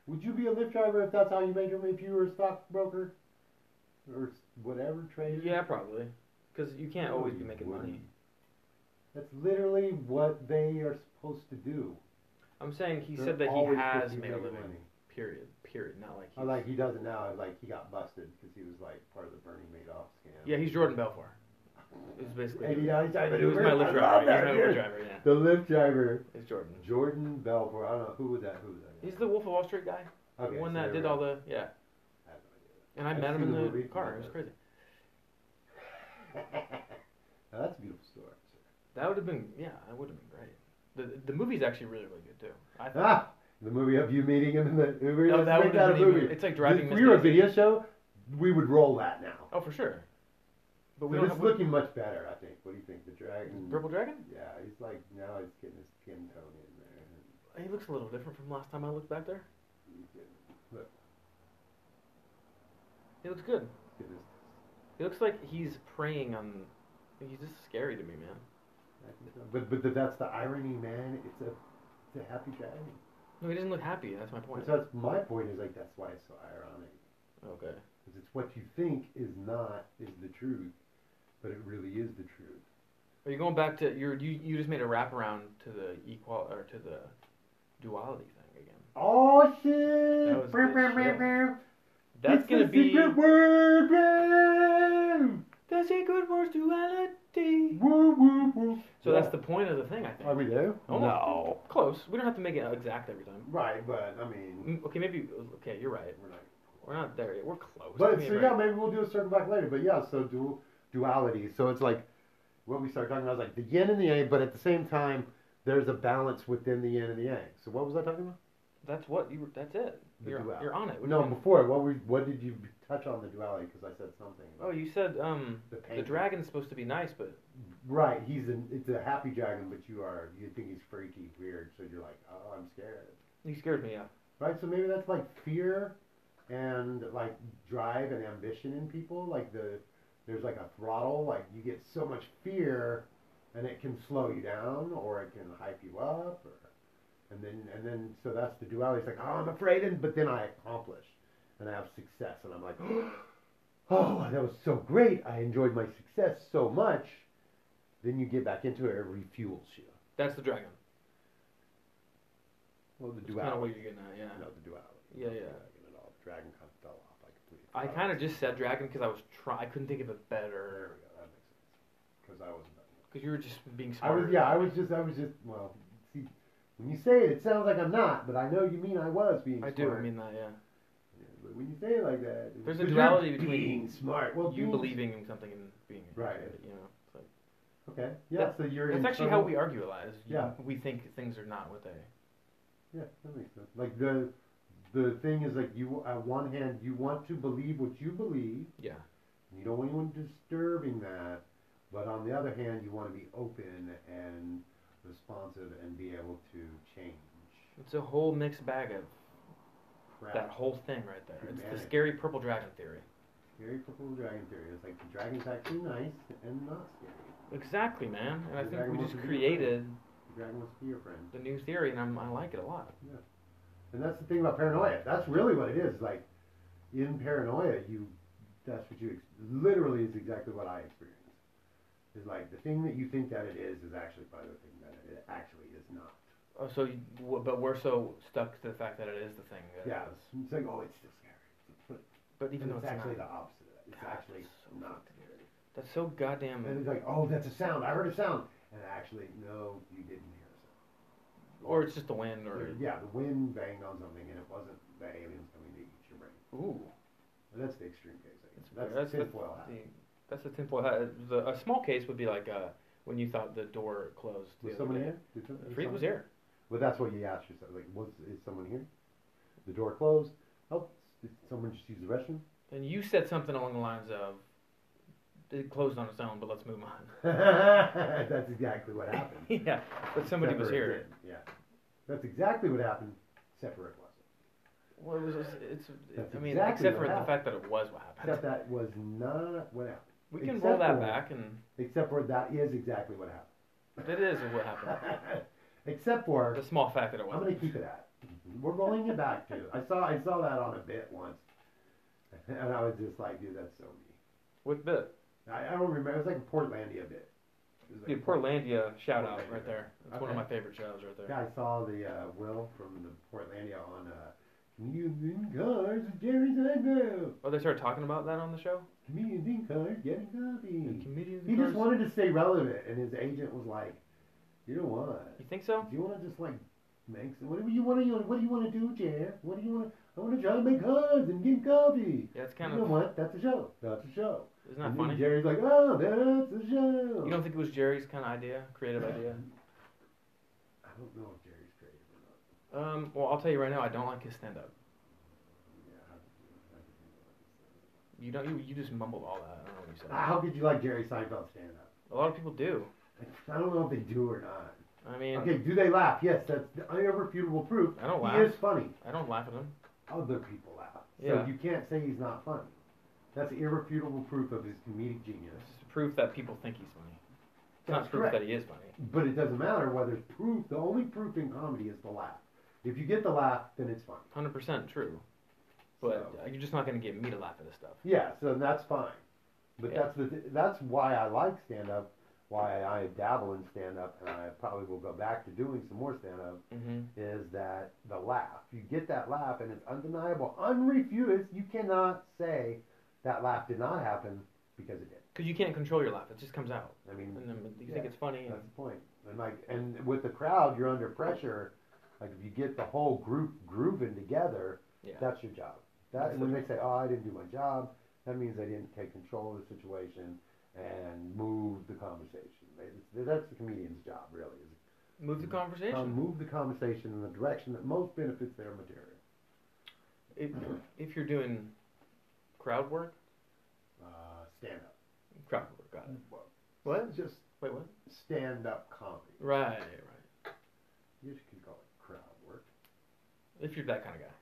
Speaker 1: Would you be a Lyft driver if that's how you made your if you were a stockbroker or s- whatever trader?
Speaker 2: Yeah, probably. Because you can't
Speaker 1: No,
Speaker 2: always be
Speaker 1: you
Speaker 2: making money.
Speaker 1: wouldn't. That's literally what they are supposed to do.
Speaker 2: I'm saying he
Speaker 1: They're
Speaker 2: said that he
Speaker 1: always
Speaker 2: has
Speaker 1: supposed to be
Speaker 2: made a
Speaker 1: making
Speaker 2: living.
Speaker 1: money.
Speaker 2: Period. Period. Not like he's.
Speaker 1: I like he does it now. Like he got busted because he was like part of the Bernie Madoff scam.
Speaker 2: yeah, he's Jordan Belfort. It was basically.
Speaker 1: And he, now he's driving
Speaker 2: But he was
Speaker 1: Uber.
Speaker 2: my
Speaker 1: I
Speaker 2: Lyft
Speaker 1: love
Speaker 2: driver.
Speaker 1: that
Speaker 2: He was my Lyft
Speaker 1: dude.
Speaker 2: driver. Yeah,
Speaker 1: The Lyft driver,
Speaker 2: it's Jordan.
Speaker 1: Jordan Belfort. I don't know who was that. Who was that? guy?
Speaker 2: He's the Wolf of Wall Street guy,
Speaker 1: Okay,
Speaker 2: the one
Speaker 1: so
Speaker 2: that
Speaker 1: there
Speaker 2: did
Speaker 1: we
Speaker 2: all
Speaker 1: go.
Speaker 2: the yeah.
Speaker 1: I have no idea.
Speaker 2: And I
Speaker 1: I've
Speaker 2: met him
Speaker 1: seen
Speaker 2: in
Speaker 1: the
Speaker 2: the
Speaker 1: movie.
Speaker 2: car. It was crazy.
Speaker 1: Now that's a beautiful story.
Speaker 2: That would have been yeah. That would have been great. The the movie's actually really really good too. I thought.
Speaker 1: Ah, the movie of you meeting him in the Uber.
Speaker 2: No,
Speaker 1: let's
Speaker 2: that
Speaker 1: make
Speaker 2: would've
Speaker 1: a
Speaker 2: been even-
Speaker 1: movie.
Speaker 2: it's like driving
Speaker 1: If
Speaker 2: Miss
Speaker 1: we were a
Speaker 2: Daisy.
Speaker 1: video show, we would roll that now.
Speaker 2: Oh for sure. But we
Speaker 1: But
Speaker 2: don't
Speaker 1: it's
Speaker 2: have
Speaker 1: looking much better, I think. What do you think? The dragon.
Speaker 2: Purple Dragon.
Speaker 1: Yeah, he's like now he's getting his skin tone in there. and
Speaker 2: He looks a little different from last time I looked back there.
Speaker 1: He's getting,
Speaker 2: He looks good.
Speaker 1: getting his,
Speaker 2: He looks like he's preying on. He's just scary to me, man.
Speaker 1: I think so. but but that's the irony, man. It's a it's a happy dragon.
Speaker 2: No, he doesn't look happy. That's my point.
Speaker 1: So that's my point. Is like that's why it's so ironic.
Speaker 2: Okay.
Speaker 1: Because it's what you think is not is the truth, but it really is the truth.
Speaker 2: Are you going back to your? You, you just made a wraparound to the equal or to the duality thing again.
Speaker 1: Oh shit!
Speaker 2: That was good
Speaker 1: Brr, brr,
Speaker 2: shit.
Speaker 1: brr, brr.
Speaker 2: That's
Speaker 1: It's
Speaker 2: gonna
Speaker 1: the
Speaker 2: be
Speaker 1: secret word. man!
Speaker 2: the secret word's duality.
Speaker 1: Woo woo woo.
Speaker 2: So
Speaker 1: Yeah.
Speaker 2: that's the Oh. point of the thing, I think.
Speaker 1: Are we there?
Speaker 2: Almost. close. We don't have to make it exact every time.
Speaker 1: Right, but I mean,
Speaker 2: Mm, Okay, maybe. Okay, you're right.
Speaker 1: we're not.
Speaker 2: We're not there yet. We're close. I
Speaker 1: But
Speaker 2: mean,
Speaker 1: so
Speaker 2: right.
Speaker 1: yeah, maybe we'll do a circle back later. But yeah, so du- duality. So it's like what we started talking about is like the yin and the yang, but at the same time, there's a balance within the yin and the yang. So what was I talking about?
Speaker 2: That's what you. That's it.
Speaker 1: The
Speaker 2: You're,
Speaker 1: duality.
Speaker 2: you're on it. What do
Speaker 1: No,
Speaker 2: you mean?
Speaker 1: before what we what did you touch on the duality? Because I said something.
Speaker 2: Oh, you said um
Speaker 1: the
Speaker 2: the
Speaker 1: painting.
Speaker 2: dragon's supposed to be nice, but
Speaker 1: Right, he's an it's a happy dragon, but you are you think he's freaky, weird, so you're like, oh, I'm scared.
Speaker 2: he scared me. Yeah.
Speaker 1: Right, so maybe that's like fear and like drive and ambition in people. Like the there's like a throttle, like you get so much fear, and it can slow you down or it can hype you up, or and then and then so that's the duality. It's like, oh, I'm afraid, and but then I accomplish and I have success, and I'm like, oh, that was so great. I enjoyed my success so much. Then you get back into it, it refuels you.
Speaker 2: That's the dragon.
Speaker 1: Well, the
Speaker 2: That's kind of what
Speaker 1: duality.
Speaker 2: you're getting at. Yeah.
Speaker 1: No, the duality.
Speaker 2: Yeah,
Speaker 1: Not the
Speaker 2: yeah.
Speaker 1: Dragon at all. The dragon kind of fell off. I completely.
Speaker 2: I
Speaker 1: forgot.
Speaker 2: kind of just said dragon because I was try. I couldn't think of a
Speaker 1: There
Speaker 2: better.
Speaker 1: we go. That makes sense. Because I wasn't. done yet.
Speaker 2: Because you were just being
Speaker 1: I
Speaker 2: smart.
Speaker 1: was. Yeah, I was just. I was just. Well, see, when you say it, it sounds like I'm not, but I know you mean I was being.
Speaker 2: I do
Speaker 1: smart.
Speaker 2: mean that. Yeah.
Speaker 3: Yeah, but when you say it like that, it's-
Speaker 2: There's a
Speaker 3: but you're
Speaker 2: duality between
Speaker 3: being smart. Well,
Speaker 2: you
Speaker 3: being-
Speaker 2: believing in something and being
Speaker 1: Right.
Speaker 2: it, you know. It's like,
Speaker 3: Okay. Yeah.
Speaker 2: That's-
Speaker 3: so you're.
Speaker 2: that's
Speaker 3: in
Speaker 2: actually how
Speaker 3: trouble.
Speaker 2: we argue a lot. Is you-
Speaker 3: Yeah.
Speaker 2: We think things are not what they.
Speaker 1: Yeah, that makes sense. Like the the thing is like you on one hand you want to believe what you believe,
Speaker 2: Yeah.
Speaker 1: you don't want anyone disturbing that, but on the other hand you want to be open and responsive and be able to change.
Speaker 2: It's a whole mixed bag of
Speaker 1: Crap.
Speaker 2: that whole thing right there. It's the
Speaker 1: Humanity.
Speaker 2: scary purple dragon theory.
Speaker 1: Scary purple dragon theory. It's like the dragon's actually nice and not scary.
Speaker 2: Exactly, man. And I
Speaker 1: The
Speaker 2: think
Speaker 1: dragon
Speaker 2: we
Speaker 1: wants
Speaker 2: just
Speaker 1: to be your friend.
Speaker 2: created
Speaker 1: The dragon wants to be your friend.
Speaker 2: the new theory, and I'm, I like it a lot.
Speaker 1: And that's the thing about paranoia. That's really what it is. Like in paranoia, you that's what you ex- literally is exactly what I experienced. Is like the thing that you think that it is is actually probably the thing that it actually is not.
Speaker 2: Oh, so, you, w- but we're so stuck to the fact that it is the thing. That
Speaker 1: Yeah,
Speaker 2: it is.
Speaker 1: it's, it's like oh, it's still scary. But
Speaker 2: But even
Speaker 1: even
Speaker 2: though
Speaker 1: it's,
Speaker 2: it's,
Speaker 1: actually
Speaker 2: not,
Speaker 1: the opposite. of that. It's
Speaker 2: God,
Speaker 1: actually
Speaker 2: it's so
Speaker 1: not
Speaker 2: fucking
Speaker 1: scary.
Speaker 2: that's so goddamn.
Speaker 1: And it's like oh, that's a sound. I heard a sound. And actually, no, you didn't hear a sound.
Speaker 2: Or it's just the wind, or
Speaker 1: yeah, the wind banged on something, and it wasn't the aliens coming to eat your brain.
Speaker 2: ooh,
Speaker 1: But that's the extreme case. I guess.
Speaker 2: it's,
Speaker 1: That's,
Speaker 2: that's the-
Speaker 1: tinfoil hat.
Speaker 2: the- That's the tinfoil hat. The, a small case would be like uh, when you thought the door closed. the
Speaker 1: Was
Speaker 2: other
Speaker 1: someone
Speaker 2: day.
Speaker 1: here? Did some- was
Speaker 2: Fried was here.
Speaker 1: someone- Well, that's what you asked yourself. Like, was is someone here? The door closed. Oh, did someone just use the restroom?
Speaker 2: And you said something along the lines of, "It closed on its own, but let's move on."
Speaker 1: that's exactly what happened.
Speaker 2: yeah, but somebody
Speaker 1: Except
Speaker 2: was
Speaker 1: for it
Speaker 2: here.
Speaker 1: didn't. Yeah, that's exactly what happened. Except for it wasn't.
Speaker 2: Well, it was. It's. it's
Speaker 1: That's
Speaker 2: I mean,
Speaker 1: exactly
Speaker 2: except for
Speaker 1: what
Speaker 2: the fact that it was what happened.
Speaker 1: Except that was not what happened.
Speaker 2: we can roll that
Speaker 1: exactly.
Speaker 2: back, and
Speaker 1: Except for that is exactly what
Speaker 2: that is what happened.
Speaker 1: happened. except for
Speaker 2: The small fact that it
Speaker 1: I'm gonna
Speaker 2: wasn't.
Speaker 1: keep it at. We're rolling it back too. I saw I saw that on a bit once, and I was just like, dude, that's so me.
Speaker 2: With the
Speaker 1: I, I don't remember. It was like a Portlandia bit. It was like
Speaker 2: dude,
Speaker 1: a Port-
Speaker 2: Portlandia shout out right there. It's one of
Speaker 1: Okay.
Speaker 2: my favorite shows right there.
Speaker 1: Yeah, I saw the uh, Will from the Portlandia on uh, Comedians in Cars with Jerry Seinfeld.
Speaker 2: Oh, they started talking about that on the show.
Speaker 1: Comedians in Cars getting coffee.
Speaker 2: Comedians.
Speaker 1: He Hmm. just
Speaker 2: cars.
Speaker 1: wanted to stay relevant, and his agent was like, "You know what?
Speaker 2: You think so?
Speaker 1: Do you want to just like make? Some, what do you want to? What do you want to do, Jeff? What do you want? to? I want to try to make cars and get coffee.
Speaker 2: Yeah, it's kind
Speaker 1: you know
Speaker 2: of.
Speaker 1: what? That's a show. That's a show.
Speaker 2: Isn't that
Speaker 1: and
Speaker 2: funny?
Speaker 1: Then Jerry's like, oh, that's a show.
Speaker 2: You don't think it was Jerry's kind of idea, creative idea?
Speaker 1: I don't know if Jerry's creative or not.
Speaker 2: Um, well, I'll tell you right now, I don't like his stand up.
Speaker 1: Yeah, how could you- how could you like this?
Speaker 2: You don't. You, you just mumbled all that. I don't know what you said.
Speaker 1: Ah, How could you like Jerry Seinfeld stand up?
Speaker 2: A lot of people do.
Speaker 1: I don't know if they do or not.
Speaker 2: I mean,
Speaker 1: Okay, do they laugh? Yes, that's the irrefutable proof.
Speaker 2: I don't
Speaker 1: he
Speaker 2: laugh.
Speaker 1: is funny.
Speaker 2: I don't laugh at him.
Speaker 1: Other people laugh.
Speaker 2: Yeah.
Speaker 1: So you can't say he's not funny. That's irrefutable proof of his comedic genius.
Speaker 2: It's just proof that people think he's funny. It's
Speaker 1: That's
Speaker 2: not proof
Speaker 1: correct.
Speaker 2: that he is funny.
Speaker 1: But it doesn't matter whether it's proof. The only proof in comedy is the laugh. If you get the laugh, then it's funny.
Speaker 2: Hundred percent true. But
Speaker 1: So-
Speaker 2: uh you're just not gonna get me to laugh at his stuff.
Speaker 1: Yeah, so that's fine. But
Speaker 2: Yeah.
Speaker 1: that's the th- that's why I like stand up, why I dabble in stand up, and I probably will go back to doing some more stand up.
Speaker 2: Mm-hmm.
Speaker 1: is that the laugh. You get that laugh and it's undeniable, unrefuted. You cannot say that laugh did not happen because it did.
Speaker 2: Because you can't control your laugh. It just comes out,
Speaker 1: I mean,
Speaker 2: and then you
Speaker 1: Yeah.
Speaker 2: think it's funny. And
Speaker 1: that's the point. And like, and with the crowd, you're under pressure. Like, if you get the whole group grooving together,
Speaker 2: yeah.
Speaker 1: that's your job. That and when they say, "Oh, I didn't do my job," that means they didn't take control of the situation and move the conversation. They- That's the comedian's job, really. Is
Speaker 2: Move the conversation.
Speaker 1: um, move the conversation in the direction that most benefits their material.
Speaker 2: if, if you're doing crowd work,
Speaker 1: Uh, stand up.
Speaker 2: crowd work. Got it.
Speaker 1: Mm. What? Just
Speaker 2: Wait, what?
Speaker 1: stand up comedy.
Speaker 2: Right, right.
Speaker 1: You just can call it crowd work.
Speaker 2: If you're that kind of guy.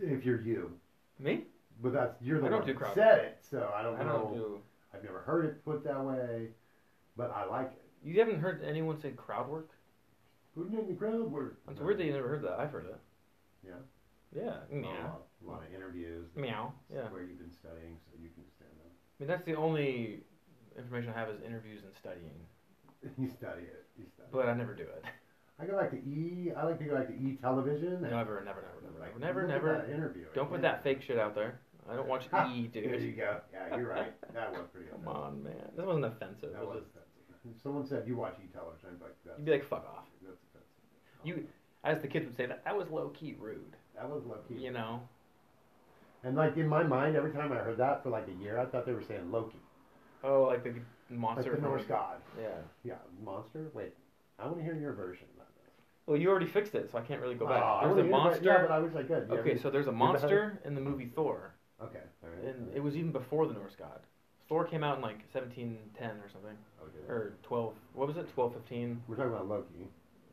Speaker 1: If you're you.
Speaker 2: Me?
Speaker 1: But that's you're the
Speaker 2: I don't
Speaker 1: one
Speaker 2: do
Speaker 1: who
Speaker 2: crowd
Speaker 1: said it, so I don't
Speaker 2: I
Speaker 1: know.
Speaker 2: don't do.
Speaker 1: I've never heard it put that way, but I like it.
Speaker 2: You haven't heard anyone say crowd work?
Speaker 1: Putting in the crowd work.
Speaker 2: It's weird that you never heard that. I've heard it.
Speaker 1: Yeah?
Speaker 2: Yeah.
Speaker 1: A
Speaker 2: Meow.
Speaker 1: lot, a lot of interviews.
Speaker 2: Meow. Yeah. I
Speaker 1: Where you've been studying, so you can stand up.
Speaker 2: mean, that's the only information I have is interviews and studying.
Speaker 1: You study it. You study.
Speaker 2: But I never do it.
Speaker 1: it. I go back to E. I like to go back to E television. and-
Speaker 2: Never, never, never, never,
Speaker 1: like,
Speaker 2: never, never,
Speaker 1: look at
Speaker 2: never.
Speaker 1: that interview.
Speaker 2: Don't put that fake shit out there. I don't watch E,
Speaker 1: There you
Speaker 2: dude.
Speaker 1: go. Yeah, you're right. That was pretty.
Speaker 2: Come
Speaker 1: offensive.
Speaker 2: on, man. That wasn't offensive.
Speaker 1: That
Speaker 2: was
Speaker 1: was
Speaker 2: it?
Speaker 1: offensive. If someone said you watch E television, I'd be like, that's,
Speaker 2: You'd be like, fuck off.
Speaker 1: that's offensive.
Speaker 2: You, as the kids would say, that that was low key rude.
Speaker 1: That was lucky.
Speaker 2: You know,
Speaker 1: And like in my mind, every time I heard that for like a year, I thought they were saying Loki,
Speaker 2: Oh, like the
Speaker 1: like
Speaker 2: monster.
Speaker 1: the
Speaker 2: from-
Speaker 1: Norse god.
Speaker 2: Yeah.
Speaker 1: Yeah, monster. Wait, I want to hear your version about this.
Speaker 2: Well, you already fixed it, so I can't really go
Speaker 1: Oh,
Speaker 2: back.
Speaker 1: I
Speaker 2: There's
Speaker 1: wanna
Speaker 2: a
Speaker 1: hear about-
Speaker 2: monster.
Speaker 1: Yeah, but I was like, good. you have
Speaker 2: okay,
Speaker 1: any-
Speaker 2: so there's a
Speaker 1: you have any-
Speaker 2: monster in the movie Thor,
Speaker 1: Okay, all right.
Speaker 2: and it was even before the Norse god. Thor came out in like 1710 or something,
Speaker 1: Okay.
Speaker 2: or 12. What was it? 1215.
Speaker 1: Oh, We're talking about Loki.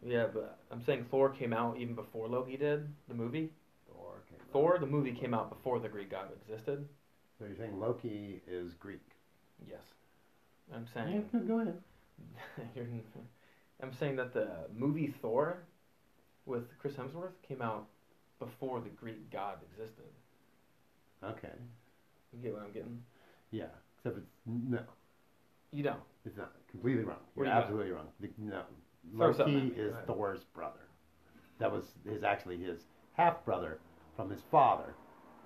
Speaker 2: Yeah, but I'm saying Thor came out even before Loki did the movie.
Speaker 1: Thor. came out.
Speaker 2: Thor, the movie, came out before the Greek god existed.
Speaker 1: So you're saying Loki is Greek?
Speaker 2: Yes, I'm
Speaker 1: Yeah,
Speaker 2: saying.
Speaker 1: no, go ahead.
Speaker 2: You're- I'm saying that the movie Thor with Chris Hemsworth came out before the Greek god existed.
Speaker 1: Okay.
Speaker 2: You get what I'm getting?
Speaker 1: Yeah. Except it's no,
Speaker 2: You don't.
Speaker 1: it's not completely wrong.
Speaker 2: What
Speaker 1: You're
Speaker 2: do you got?
Speaker 1: absolutely wrong. The, no,
Speaker 2: Throw something
Speaker 1: Loki
Speaker 2: at me,
Speaker 1: is
Speaker 2: go ahead.
Speaker 1: Thor's brother. That was his actually his half brother from his father.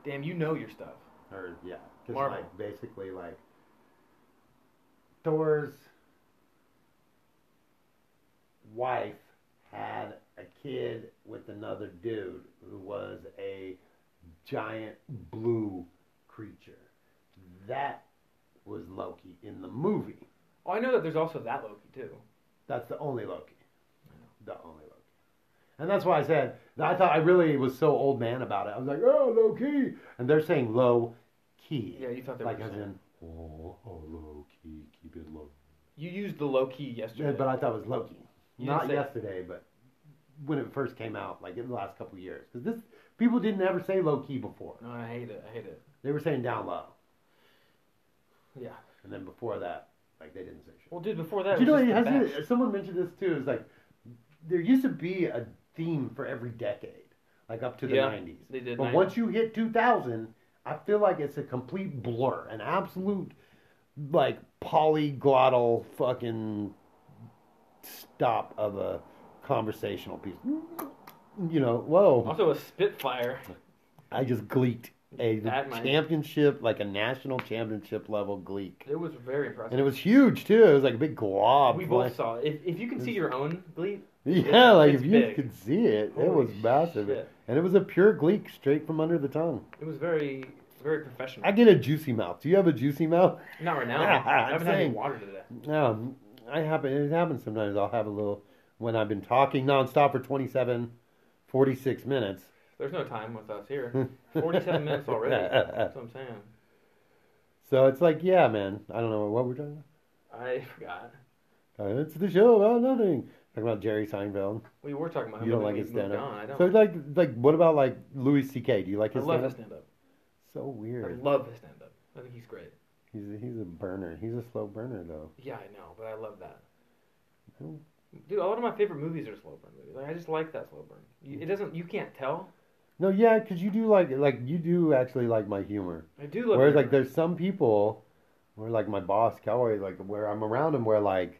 Speaker 2: Damn, you know your stuff.
Speaker 1: Or yeah, because
Speaker 2: Marvel.
Speaker 1: like basically like Thor's wife had a kid with another dude who was a giant blue creature. That was Loki in the movie.
Speaker 2: Oh, I know that there's also that Loki too.
Speaker 1: That's the only Loki.
Speaker 2: I know.
Speaker 1: The only Loki. And that's why I said I thought I really was so old man about it. I was like, oh Loki, and they're saying low key.
Speaker 2: Yeah, you thought they
Speaker 1: like
Speaker 2: were.
Speaker 1: as
Speaker 2: saying-
Speaker 1: in oh, oh low key, keep it low.
Speaker 2: you used the low key
Speaker 1: Yeah,
Speaker 2: yesterday.
Speaker 1: but I thought it was Loki,
Speaker 2: You
Speaker 1: not
Speaker 2: didn't say-
Speaker 1: yesterday, but when it first came out, like in the last couple of years, because this people didn't ever say low key before.
Speaker 2: no, I hate it. I hate it.
Speaker 1: They were saying down low,
Speaker 2: Yeah.
Speaker 1: and then before that, like they didn't say shit.
Speaker 2: Well, dude, before that,
Speaker 1: you
Speaker 2: it
Speaker 1: know,
Speaker 2: was
Speaker 1: it
Speaker 2: just
Speaker 1: has
Speaker 2: the best.
Speaker 1: to- someone mentioned this too. Is like there used to be a theme for every decade, like up to the
Speaker 2: Yeah,
Speaker 1: nineties.
Speaker 2: they did
Speaker 1: But
Speaker 2: 90s.
Speaker 1: once you hit two thousand, I feel like it's a complete blur, an absolute like polyglottal fucking stop of a conversational piece. You know, whoa!
Speaker 2: Also, a Spitfire.
Speaker 1: I just gleeked a
Speaker 2: That might-
Speaker 1: championship, like a national championship level gleek,
Speaker 2: It was very impressive.
Speaker 1: and it was huge too. It was oh, like a big glob.
Speaker 2: we
Speaker 1: flying-
Speaker 2: both saw it. If, if you can see your own glee,
Speaker 1: Yeah, like
Speaker 2: It's
Speaker 1: if you
Speaker 2: big.
Speaker 1: could see it,
Speaker 2: Holy
Speaker 1: it was massive.
Speaker 2: shit.
Speaker 1: And it was a pure gleek straight from under the tongue.
Speaker 2: it was very, very professional.
Speaker 1: I get a juicy mouth. Do you have a juicy mouth?
Speaker 2: Not right now.
Speaker 1: I'm
Speaker 2: I haven't had any
Speaker 1: saying-
Speaker 2: water today.
Speaker 1: No, I happen. It happens sometimes. I'll have a little when I've been talking nonstop for 27, 46 minutes.
Speaker 2: There's no time with us here. 47 minutes already. That's what I'm saying.
Speaker 1: So it's like, yeah, man. I don't know what we're talking
Speaker 2: I forgot.
Speaker 1: about. Uh, It's the show about nothing. Talking about Jerry Seinfeld.
Speaker 2: We were talking about him.
Speaker 1: You don't
Speaker 2: but
Speaker 1: like
Speaker 2: we
Speaker 1: his
Speaker 2: moved
Speaker 1: stand up.
Speaker 2: on. I don't.
Speaker 1: So like, like what about like Louis C.K.? Do you like
Speaker 2: I
Speaker 1: his
Speaker 2: love
Speaker 1: stand
Speaker 2: his
Speaker 1: up?
Speaker 2: stand up.
Speaker 1: So
Speaker 2: I
Speaker 1: weird.
Speaker 2: love his stand up. I think he's great.
Speaker 1: He's a, he's a burner. He's a slow burner though.
Speaker 2: Yeah, I know, but I love that.
Speaker 1: Who?
Speaker 2: Dude, a lot of my favorite movies are slow burn movies. Like I just like that slow burn. You, it doesn't. You can't tell.
Speaker 1: No, yeah, because you do like like you do actually like my humor.
Speaker 2: I do love.
Speaker 1: Whereas
Speaker 2: that.
Speaker 1: like there's some people where like my boss Cowboy like where I'm around him where like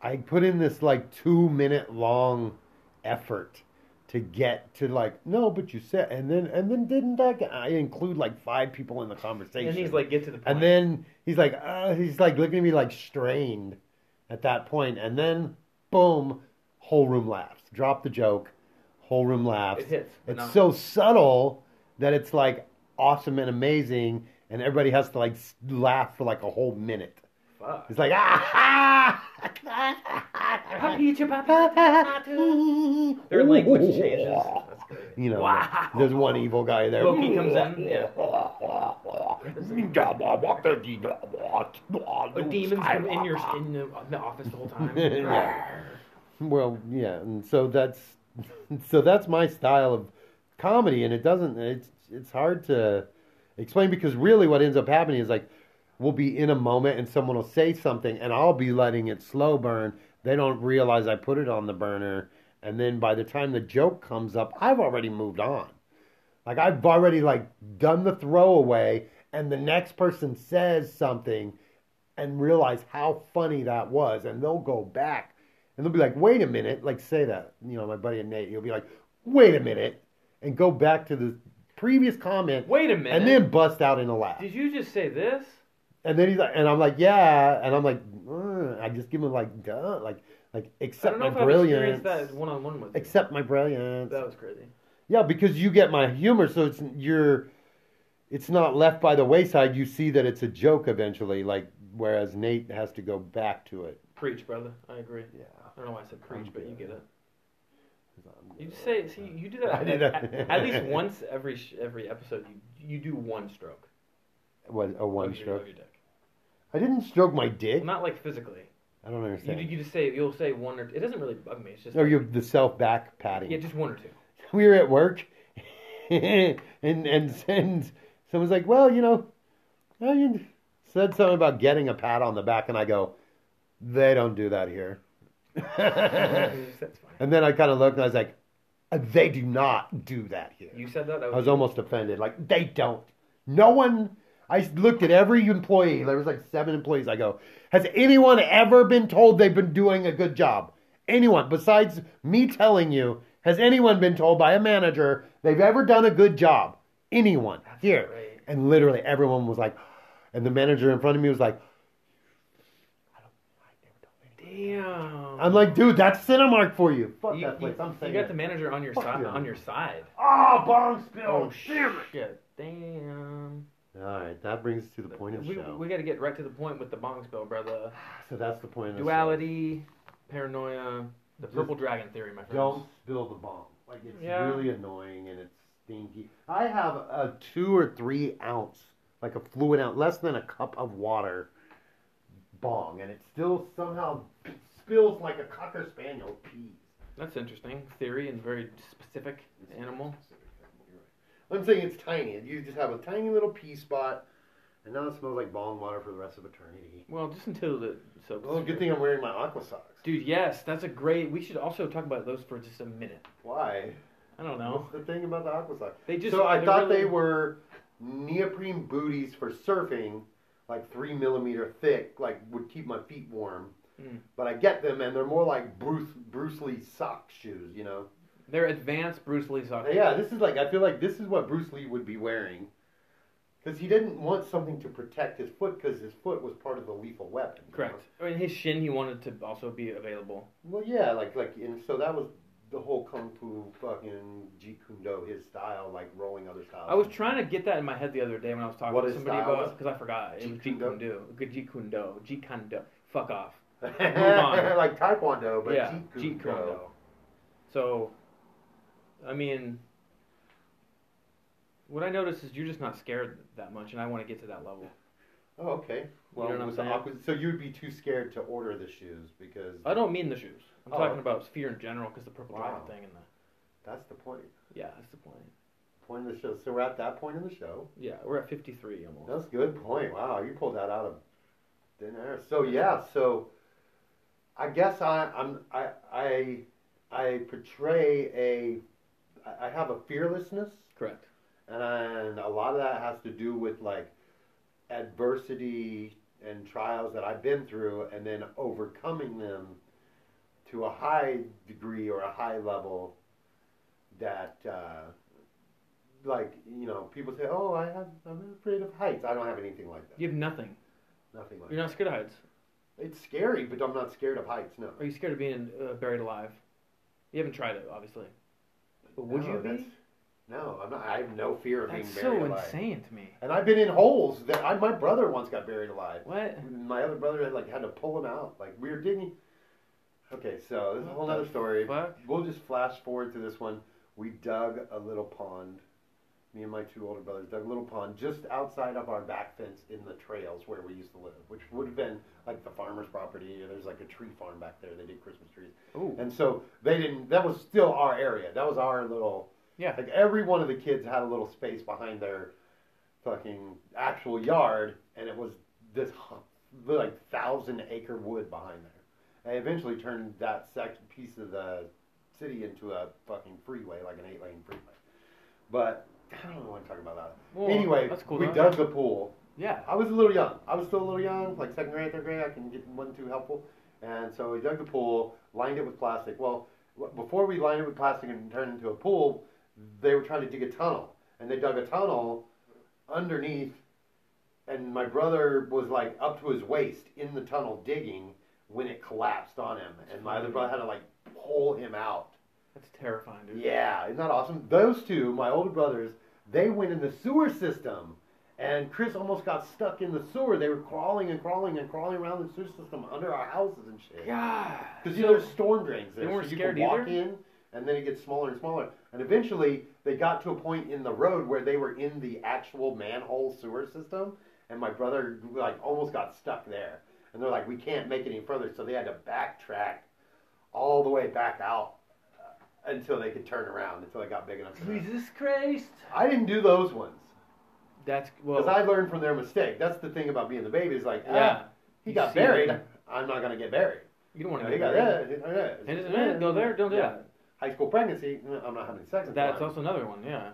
Speaker 1: I put in this like two minute long effort to get to like no, but you said and then and then didn't I, I include like five people in the conversation?
Speaker 2: and he's like, get to the point.
Speaker 1: and then he's like uh, he's like looking at me like strained at that point and then boom whole room laughs drop the joke whole room laughs
Speaker 2: It hits, but
Speaker 1: it's
Speaker 2: not-
Speaker 1: so subtle that it's like awesome and amazing and everybody has to like s- laugh for like a whole minute
Speaker 2: fuck.
Speaker 1: it's like ah, ah
Speaker 2: Puppy, chip, pup, pup, pup, pup. Their language changes. That's great.
Speaker 1: you know
Speaker 2: Wow.
Speaker 1: there's one evil guy there
Speaker 2: Loki comes in, yeah. Or demons come in your in the, in the office the whole time.
Speaker 1: Yeah. Well, yeah, and so that's so that's my style of comedy, and it doesn't it's it's hard to explain because really what ends up happening is like we'll be in a moment and someone will say something, and I'll be letting it slow burn. They don't realize I put it on the burner, and then by the time the joke comes up, I've already moved on. Like I've already like done the throwaway, and the next person says something, and realize how funny that was, and they'll go back and they'll be like, "Wait a minute!" Like say that, you know, my buddy Nate, he'll be like, "Wait a minute," and go back to the previous comment,
Speaker 2: Wait a minute.
Speaker 1: and then bust out in a laugh.
Speaker 2: did you just say this?
Speaker 1: And then he's like, and I'm like, "Yeah," and I'm like, "Uh," I just give him like, "Duh," like, like
Speaker 2: I don't
Speaker 1: accept
Speaker 2: know
Speaker 1: my
Speaker 2: if I've
Speaker 1: brilliance,
Speaker 2: experienced that one on one with you.
Speaker 1: accept my brilliance.
Speaker 2: that was crazy.
Speaker 1: Yeah, because you get my humor, so it's you're it's not left by the wayside. You see that it's a joke eventually. Like whereas Nate has to go back to it.
Speaker 2: Preach, brother. I agree.
Speaker 1: Yeah.
Speaker 2: I don't know why I said preach, but you get it.
Speaker 1: I'm
Speaker 2: You
Speaker 1: good.
Speaker 2: say, see, you do that
Speaker 1: I did
Speaker 2: at,
Speaker 1: that.
Speaker 2: at least once every sh- every episode. You you do one stroke.
Speaker 1: What a one
Speaker 2: of your-
Speaker 1: stroke.
Speaker 2: of your dick.
Speaker 1: I didn't stroke my dick.
Speaker 2: Not like physically.
Speaker 1: I don't
Speaker 2: You,
Speaker 1: understand.
Speaker 2: you just say you'll say one or two. it doesn't really bug me. It's just
Speaker 1: Oh, you the self back patting.
Speaker 2: yeah, just one or two.
Speaker 1: we were at work, and and and someone's like, "Well, you know, well, you said something about getting a pat on the back," and I go, "They don't do that here." and
Speaker 2: That's fine.
Speaker 1: then I kind of looked, and I was like, "They do not do that here."
Speaker 2: You said that. I
Speaker 1: I
Speaker 2: was,
Speaker 1: was almost offended. Like they don't. No one. I looked at every employee. There was like seven employees. I go, has anyone ever been told they've been doing a good job? Anyone besides me telling you, has anyone been told by a manager they've ever done a good job? Anyone here?
Speaker 2: great.
Speaker 1: And literally everyone was like, and the manager in front of me was like,
Speaker 2: damn.
Speaker 1: I'm like, dude, that's Cinemark for you. Fuck
Speaker 2: you,
Speaker 1: that place.
Speaker 2: you-
Speaker 1: I'm
Speaker 2: you
Speaker 1: saying.
Speaker 2: got the manager on your
Speaker 1: Fuck
Speaker 2: side.
Speaker 1: yeah.
Speaker 2: On your side.
Speaker 1: Ah, bomb
Speaker 2: Oh
Speaker 1: spill.
Speaker 2: shit! Damn.
Speaker 1: All right, that brings us to the point of the
Speaker 2: we,
Speaker 1: show.
Speaker 2: we got to get right to the point with the bong spill, brother.
Speaker 1: so that's the point of the show.
Speaker 2: Duality, paranoia, the purple dragon theory, my friend.
Speaker 1: don't spill the bomb. Like it's
Speaker 2: Yeah.
Speaker 1: really annoying and it's stinky. I have a two or three ounce, like a fluid ounce, less than a cup of water bong, and it still somehow spills like a cocker spaniel peas.
Speaker 2: That's interesting. Theory and very specific animal.
Speaker 1: I'm saying it's tiny. You just have a tiny little pea spot, and now it smells like bong water for the rest of eternity.
Speaker 2: Well, just until the so.
Speaker 1: Well, good thing I'm wearing my aqua socks.
Speaker 2: Dude, yes, that's a great. We should also talk about those for just a minute.
Speaker 1: Why?
Speaker 2: I don't know.
Speaker 1: What's the thing about the aqua socks?
Speaker 2: They just.
Speaker 1: so I
Speaker 2: they're
Speaker 1: thought
Speaker 2: really-
Speaker 1: they were neoprene booties for surfing, like three millimeter thick, like would keep my feet warm.
Speaker 2: Mm.
Speaker 1: But I get them, and they're more like Bruce Bruce Lee sock shoes, you know.
Speaker 2: They're advanced Bruce Lee socks.
Speaker 1: Yeah, this is like I feel like this is what Bruce Lee would be wearing, because he didn't want something to protect his foot, because his foot was part of the lethal weapon. you
Speaker 2: Correct. I mean, his shin he wanted to also be available.
Speaker 1: Well, yeah, like like, and so that was the whole kung fu fucking Jeet Kune Do, his style, like rolling other styles.
Speaker 2: I was trying to get that in my head the other day when I was talking
Speaker 1: What
Speaker 2: to
Speaker 1: his
Speaker 2: somebody
Speaker 1: style
Speaker 2: about
Speaker 1: was?
Speaker 2: because I forgot. It was Jeet
Speaker 1: Jeet
Speaker 2: Kune
Speaker 1: Kune
Speaker 2: Do. Good Jeet Kune Do. Jeet Kune Do. Fuck off. on.
Speaker 1: like Taekwondo, but
Speaker 2: yeah,
Speaker 1: Jeet Kune
Speaker 2: Jeet Kune
Speaker 1: Do.
Speaker 2: Do. So, I mean, what I noticed is you're just not scared that much, and I want to get to that level.
Speaker 1: Oh, okay. Well,
Speaker 2: know what I'm
Speaker 1: with the
Speaker 2: saying?
Speaker 1: aqua- so you would be too scared to order the shoes because
Speaker 2: I don't mean the shoes. I'm
Speaker 1: Oh.
Speaker 2: talking about fear in general because the purple
Speaker 1: Wow.
Speaker 2: dragon thing and the
Speaker 1: that's the point.
Speaker 2: yeah, that's the point.
Speaker 1: Point of the show. So we're at that point in the show.
Speaker 2: Yeah, we're at 53 almost.
Speaker 1: That's a good point. Wow, you pulled that out of thin air. So yeah, so I guess I, I'm I I I portray a I- I have a fearlessness
Speaker 2: Correct.
Speaker 1: and a lot of that has to do with like adversity and trials that I've been through and then overcoming them to a high degree or a high level that uh, like you know people say oh I have I'm afraid of heights I don't have anything like that
Speaker 2: You have nothing.
Speaker 1: nothing like
Speaker 2: You're not scared of heights.
Speaker 1: that. it's scary but I'm not scared of heights no
Speaker 2: Are you scared of being uh, buried alive? You haven't tried it, obviously. But would
Speaker 1: no,
Speaker 2: you be?
Speaker 1: that's- no I'm not I have no fear of
Speaker 2: That's
Speaker 1: being
Speaker 2: so
Speaker 1: buried alive
Speaker 2: insane to me.
Speaker 1: and I've been in holes that I, my brother once got buried alive
Speaker 2: What?
Speaker 1: my other brother had like had to pull him out. Like we were digging. Okay, so this is a whole other story.
Speaker 2: Fuck.
Speaker 1: We'll just flash forward to this one. We dug a little pond. Me and my two older brothers dug a little pond just outside of our back fence in the trails where we used to live, which would have been like the farmer's property. There's like a tree farm back there. They did Christmas trees,
Speaker 2: Ooh.
Speaker 1: and so they didn't. That was still our area. That was our little.
Speaker 2: Yeah.
Speaker 1: Like every one of the kids had a little space behind their fucking actual yard, and it was this hu- like thousand acre wood behind there. They eventually turned that section piece of the city into a fucking freeway, like an eight lane freeway. But I don't want to talk about that.
Speaker 2: Well,
Speaker 1: anyway,
Speaker 2: that's cool.
Speaker 1: we
Speaker 2: though.
Speaker 1: dug the pool.
Speaker 2: Yeah.
Speaker 1: I was a little young. I was still a little young, like second grade, third grade. I can get one too helpful. And so we dug the pool, lined it with plastic. Well, w- before we lined it with plastic and turned it into a pool, they were trying to dig a tunnel, and they dug a tunnel underneath. And my brother was like up to his waist in the tunnel digging when it collapsed on him, and my other brother had to like pull him out.
Speaker 2: That's terrifying, dude.
Speaker 1: Yeah, isn't that awesome? Those two, my older brothers, They went in the sewer system, and Chris almost got stuck in the sewer. They were crawling and crawling and crawling around the sewer system under our houses and shit.
Speaker 2: God.
Speaker 1: Because you know there's storm drains there,
Speaker 2: They weren't
Speaker 1: so you
Speaker 2: scared
Speaker 1: can walk
Speaker 2: either?
Speaker 1: in, and then it gets smaller and smaller. And eventually, they got to a point in the road where they were in the actual manhole sewer system, and my brother like almost got stuck there. And they're like, we can't make it any further, so they had to backtrack all the way back out uh, until they could turn around until they got big enough. To
Speaker 2: Jesus Christ.
Speaker 1: I didn't do those ones
Speaker 2: That's well.
Speaker 1: because I learned from their mistake. That's the thing about being the baby is like,
Speaker 2: yeah.
Speaker 1: yeah, he
Speaker 2: You
Speaker 1: got
Speaker 2: see
Speaker 1: buried.
Speaker 2: him.
Speaker 1: I'm not gonna get buried.
Speaker 2: You don't want
Speaker 1: You
Speaker 2: to
Speaker 1: know, he
Speaker 2: get
Speaker 1: got
Speaker 2: married.
Speaker 1: that.
Speaker 2: And it's, eh, go there. Don't do
Speaker 1: Yeah.
Speaker 2: that.
Speaker 1: high school pregnancy, "No, I'm not having sex. until
Speaker 2: That's
Speaker 1: I'm-"
Speaker 2: also another one. Yeah.
Speaker 1: And,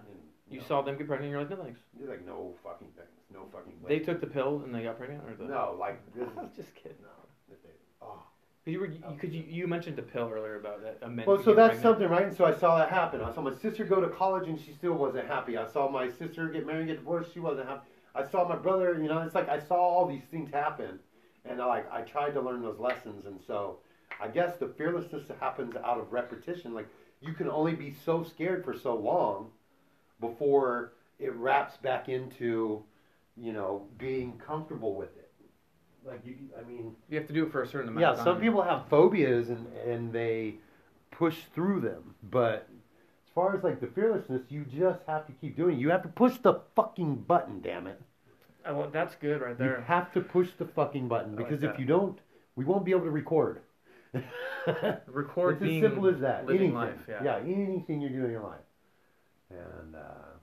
Speaker 2: You
Speaker 1: know,
Speaker 2: saw them get pregnant, and you're like, no thanks.
Speaker 1: You're like, no fucking things, no fucking way.
Speaker 2: They took the pill and they got pregnant, or the.
Speaker 1: no, like this
Speaker 2: I
Speaker 1: is
Speaker 2: was just kidding.
Speaker 1: no. if they- oh.
Speaker 2: Because you, were, you, 'cause you, you mentioned the pill earlier about that. uh, amendment.
Speaker 1: Well, so that's something, right? And so I saw that happen. I saw my sister go to college and she still wasn't happy. I saw my sister get married, and get divorced. She wasn't happy. I saw my brother. You know, it's like I saw all these things happen, and I like I tried to learn those lessons. And so I guess the fearlessness happens out of repetition. Like you can only be so scared for so long before it wraps back into, you know, being comfortable with it. Like you, I mean,
Speaker 2: You have to do it for a certain amount.
Speaker 1: yeah,
Speaker 2: of time.
Speaker 1: some people have phobias and and they push through them. But as far as like the fearlessness, you just have to keep doing. it. You have to push the fucking button, damn it.
Speaker 2: Oh, well, that's good right
Speaker 1: You
Speaker 2: there.
Speaker 1: have to push the fucking button
Speaker 2: I like
Speaker 1: because if
Speaker 2: that.
Speaker 1: you don't, we won't be able to record.
Speaker 2: Record
Speaker 1: it's as
Speaker 2: being
Speaker 1: simple as that.
Speaker 2: living
Speaker 1: anything.
Speaker 2: life. Yeah.
Speaker 1: anything you do in your life. And uh,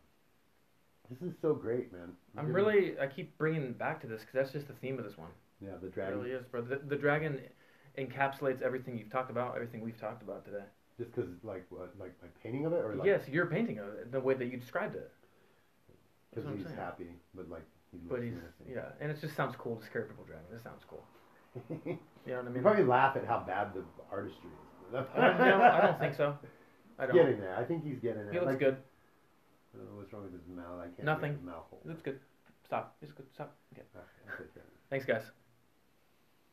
Speaker 1: this is so great, man.
Speaker 2: I'm
Speaker 1: You're-
Speaker 2: really. I keep bringing back to this because that's just the theme of this one.
Speaker 1: yeah the
Speaker 2: It
Speaker 1: dragon.
Speaker 2: really is, bro. The, the dragon encapsulates everything you've talked about, everything we've talked about today.
Speaker 1: Just because like what, like my painting of it or like
Speaker 2: yes, your painting of it, the way that you described it. That's
Speaker 1: because
Speaker 2: what I'm
Speaker 1: he's
Speaker 2: saying.
Speaker 1: happy, but like he looks
Speaker 2: But he's
Speaker 1: menacing.
Speaker 2: yeah, and it just sounds cool to scare people driving. It sounds cool. You know what I
Speaker 1: You
Speaker 2: mean?
Speaker 1: probably laugh at how bad the artistry is.
Speaker 2: I don't, no, I don't think so. I don't.
Speaker 1: Getting there. I think he's getting there.
Speaker 2: He looks
Speaker 1: Like,
Speaker 2: good.
Speaker 1: I don't know what's wrong with his mouth? I can't. make
Speaker 2: Nothing.
Speaker 1: His mouth hole.
Speaker 2: He looks good. Stop. He's good. Stop. Okay.
Speaker 1: Okay, I'll take care of
Speaker 2: Thanks, guys.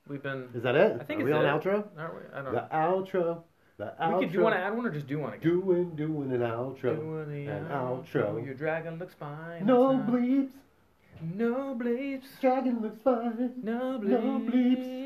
Speaker 2: We've been.
Speaker 1: it. Is that it?
Speaker 2: I think
Speaker 1: Are
Speaker 2: it's
Speaker 1: we on
Speaker 2: it.
Speaker 1: outro?
Speaker 2: Aren't we? I don't
Speaker 1: The
Speaker 2: know.
Speaker 1: outro. The outro.
Speaker 2: We could, do you want to add one or just do one again?
Speaker 1: doing doing an outro.
Speaker 2: Doing the
Speaker 1: An outro.
Speaker 2: Your dragon looks fine.
Speaker 1: no
Speaker 2: It's not-
Speaker 1: bleeps.
Speaker 2: No bleeps.
Speaker 1: Dragon looks fine.
Speaker 2: No bleeps.
Speaker 1: No bleeps.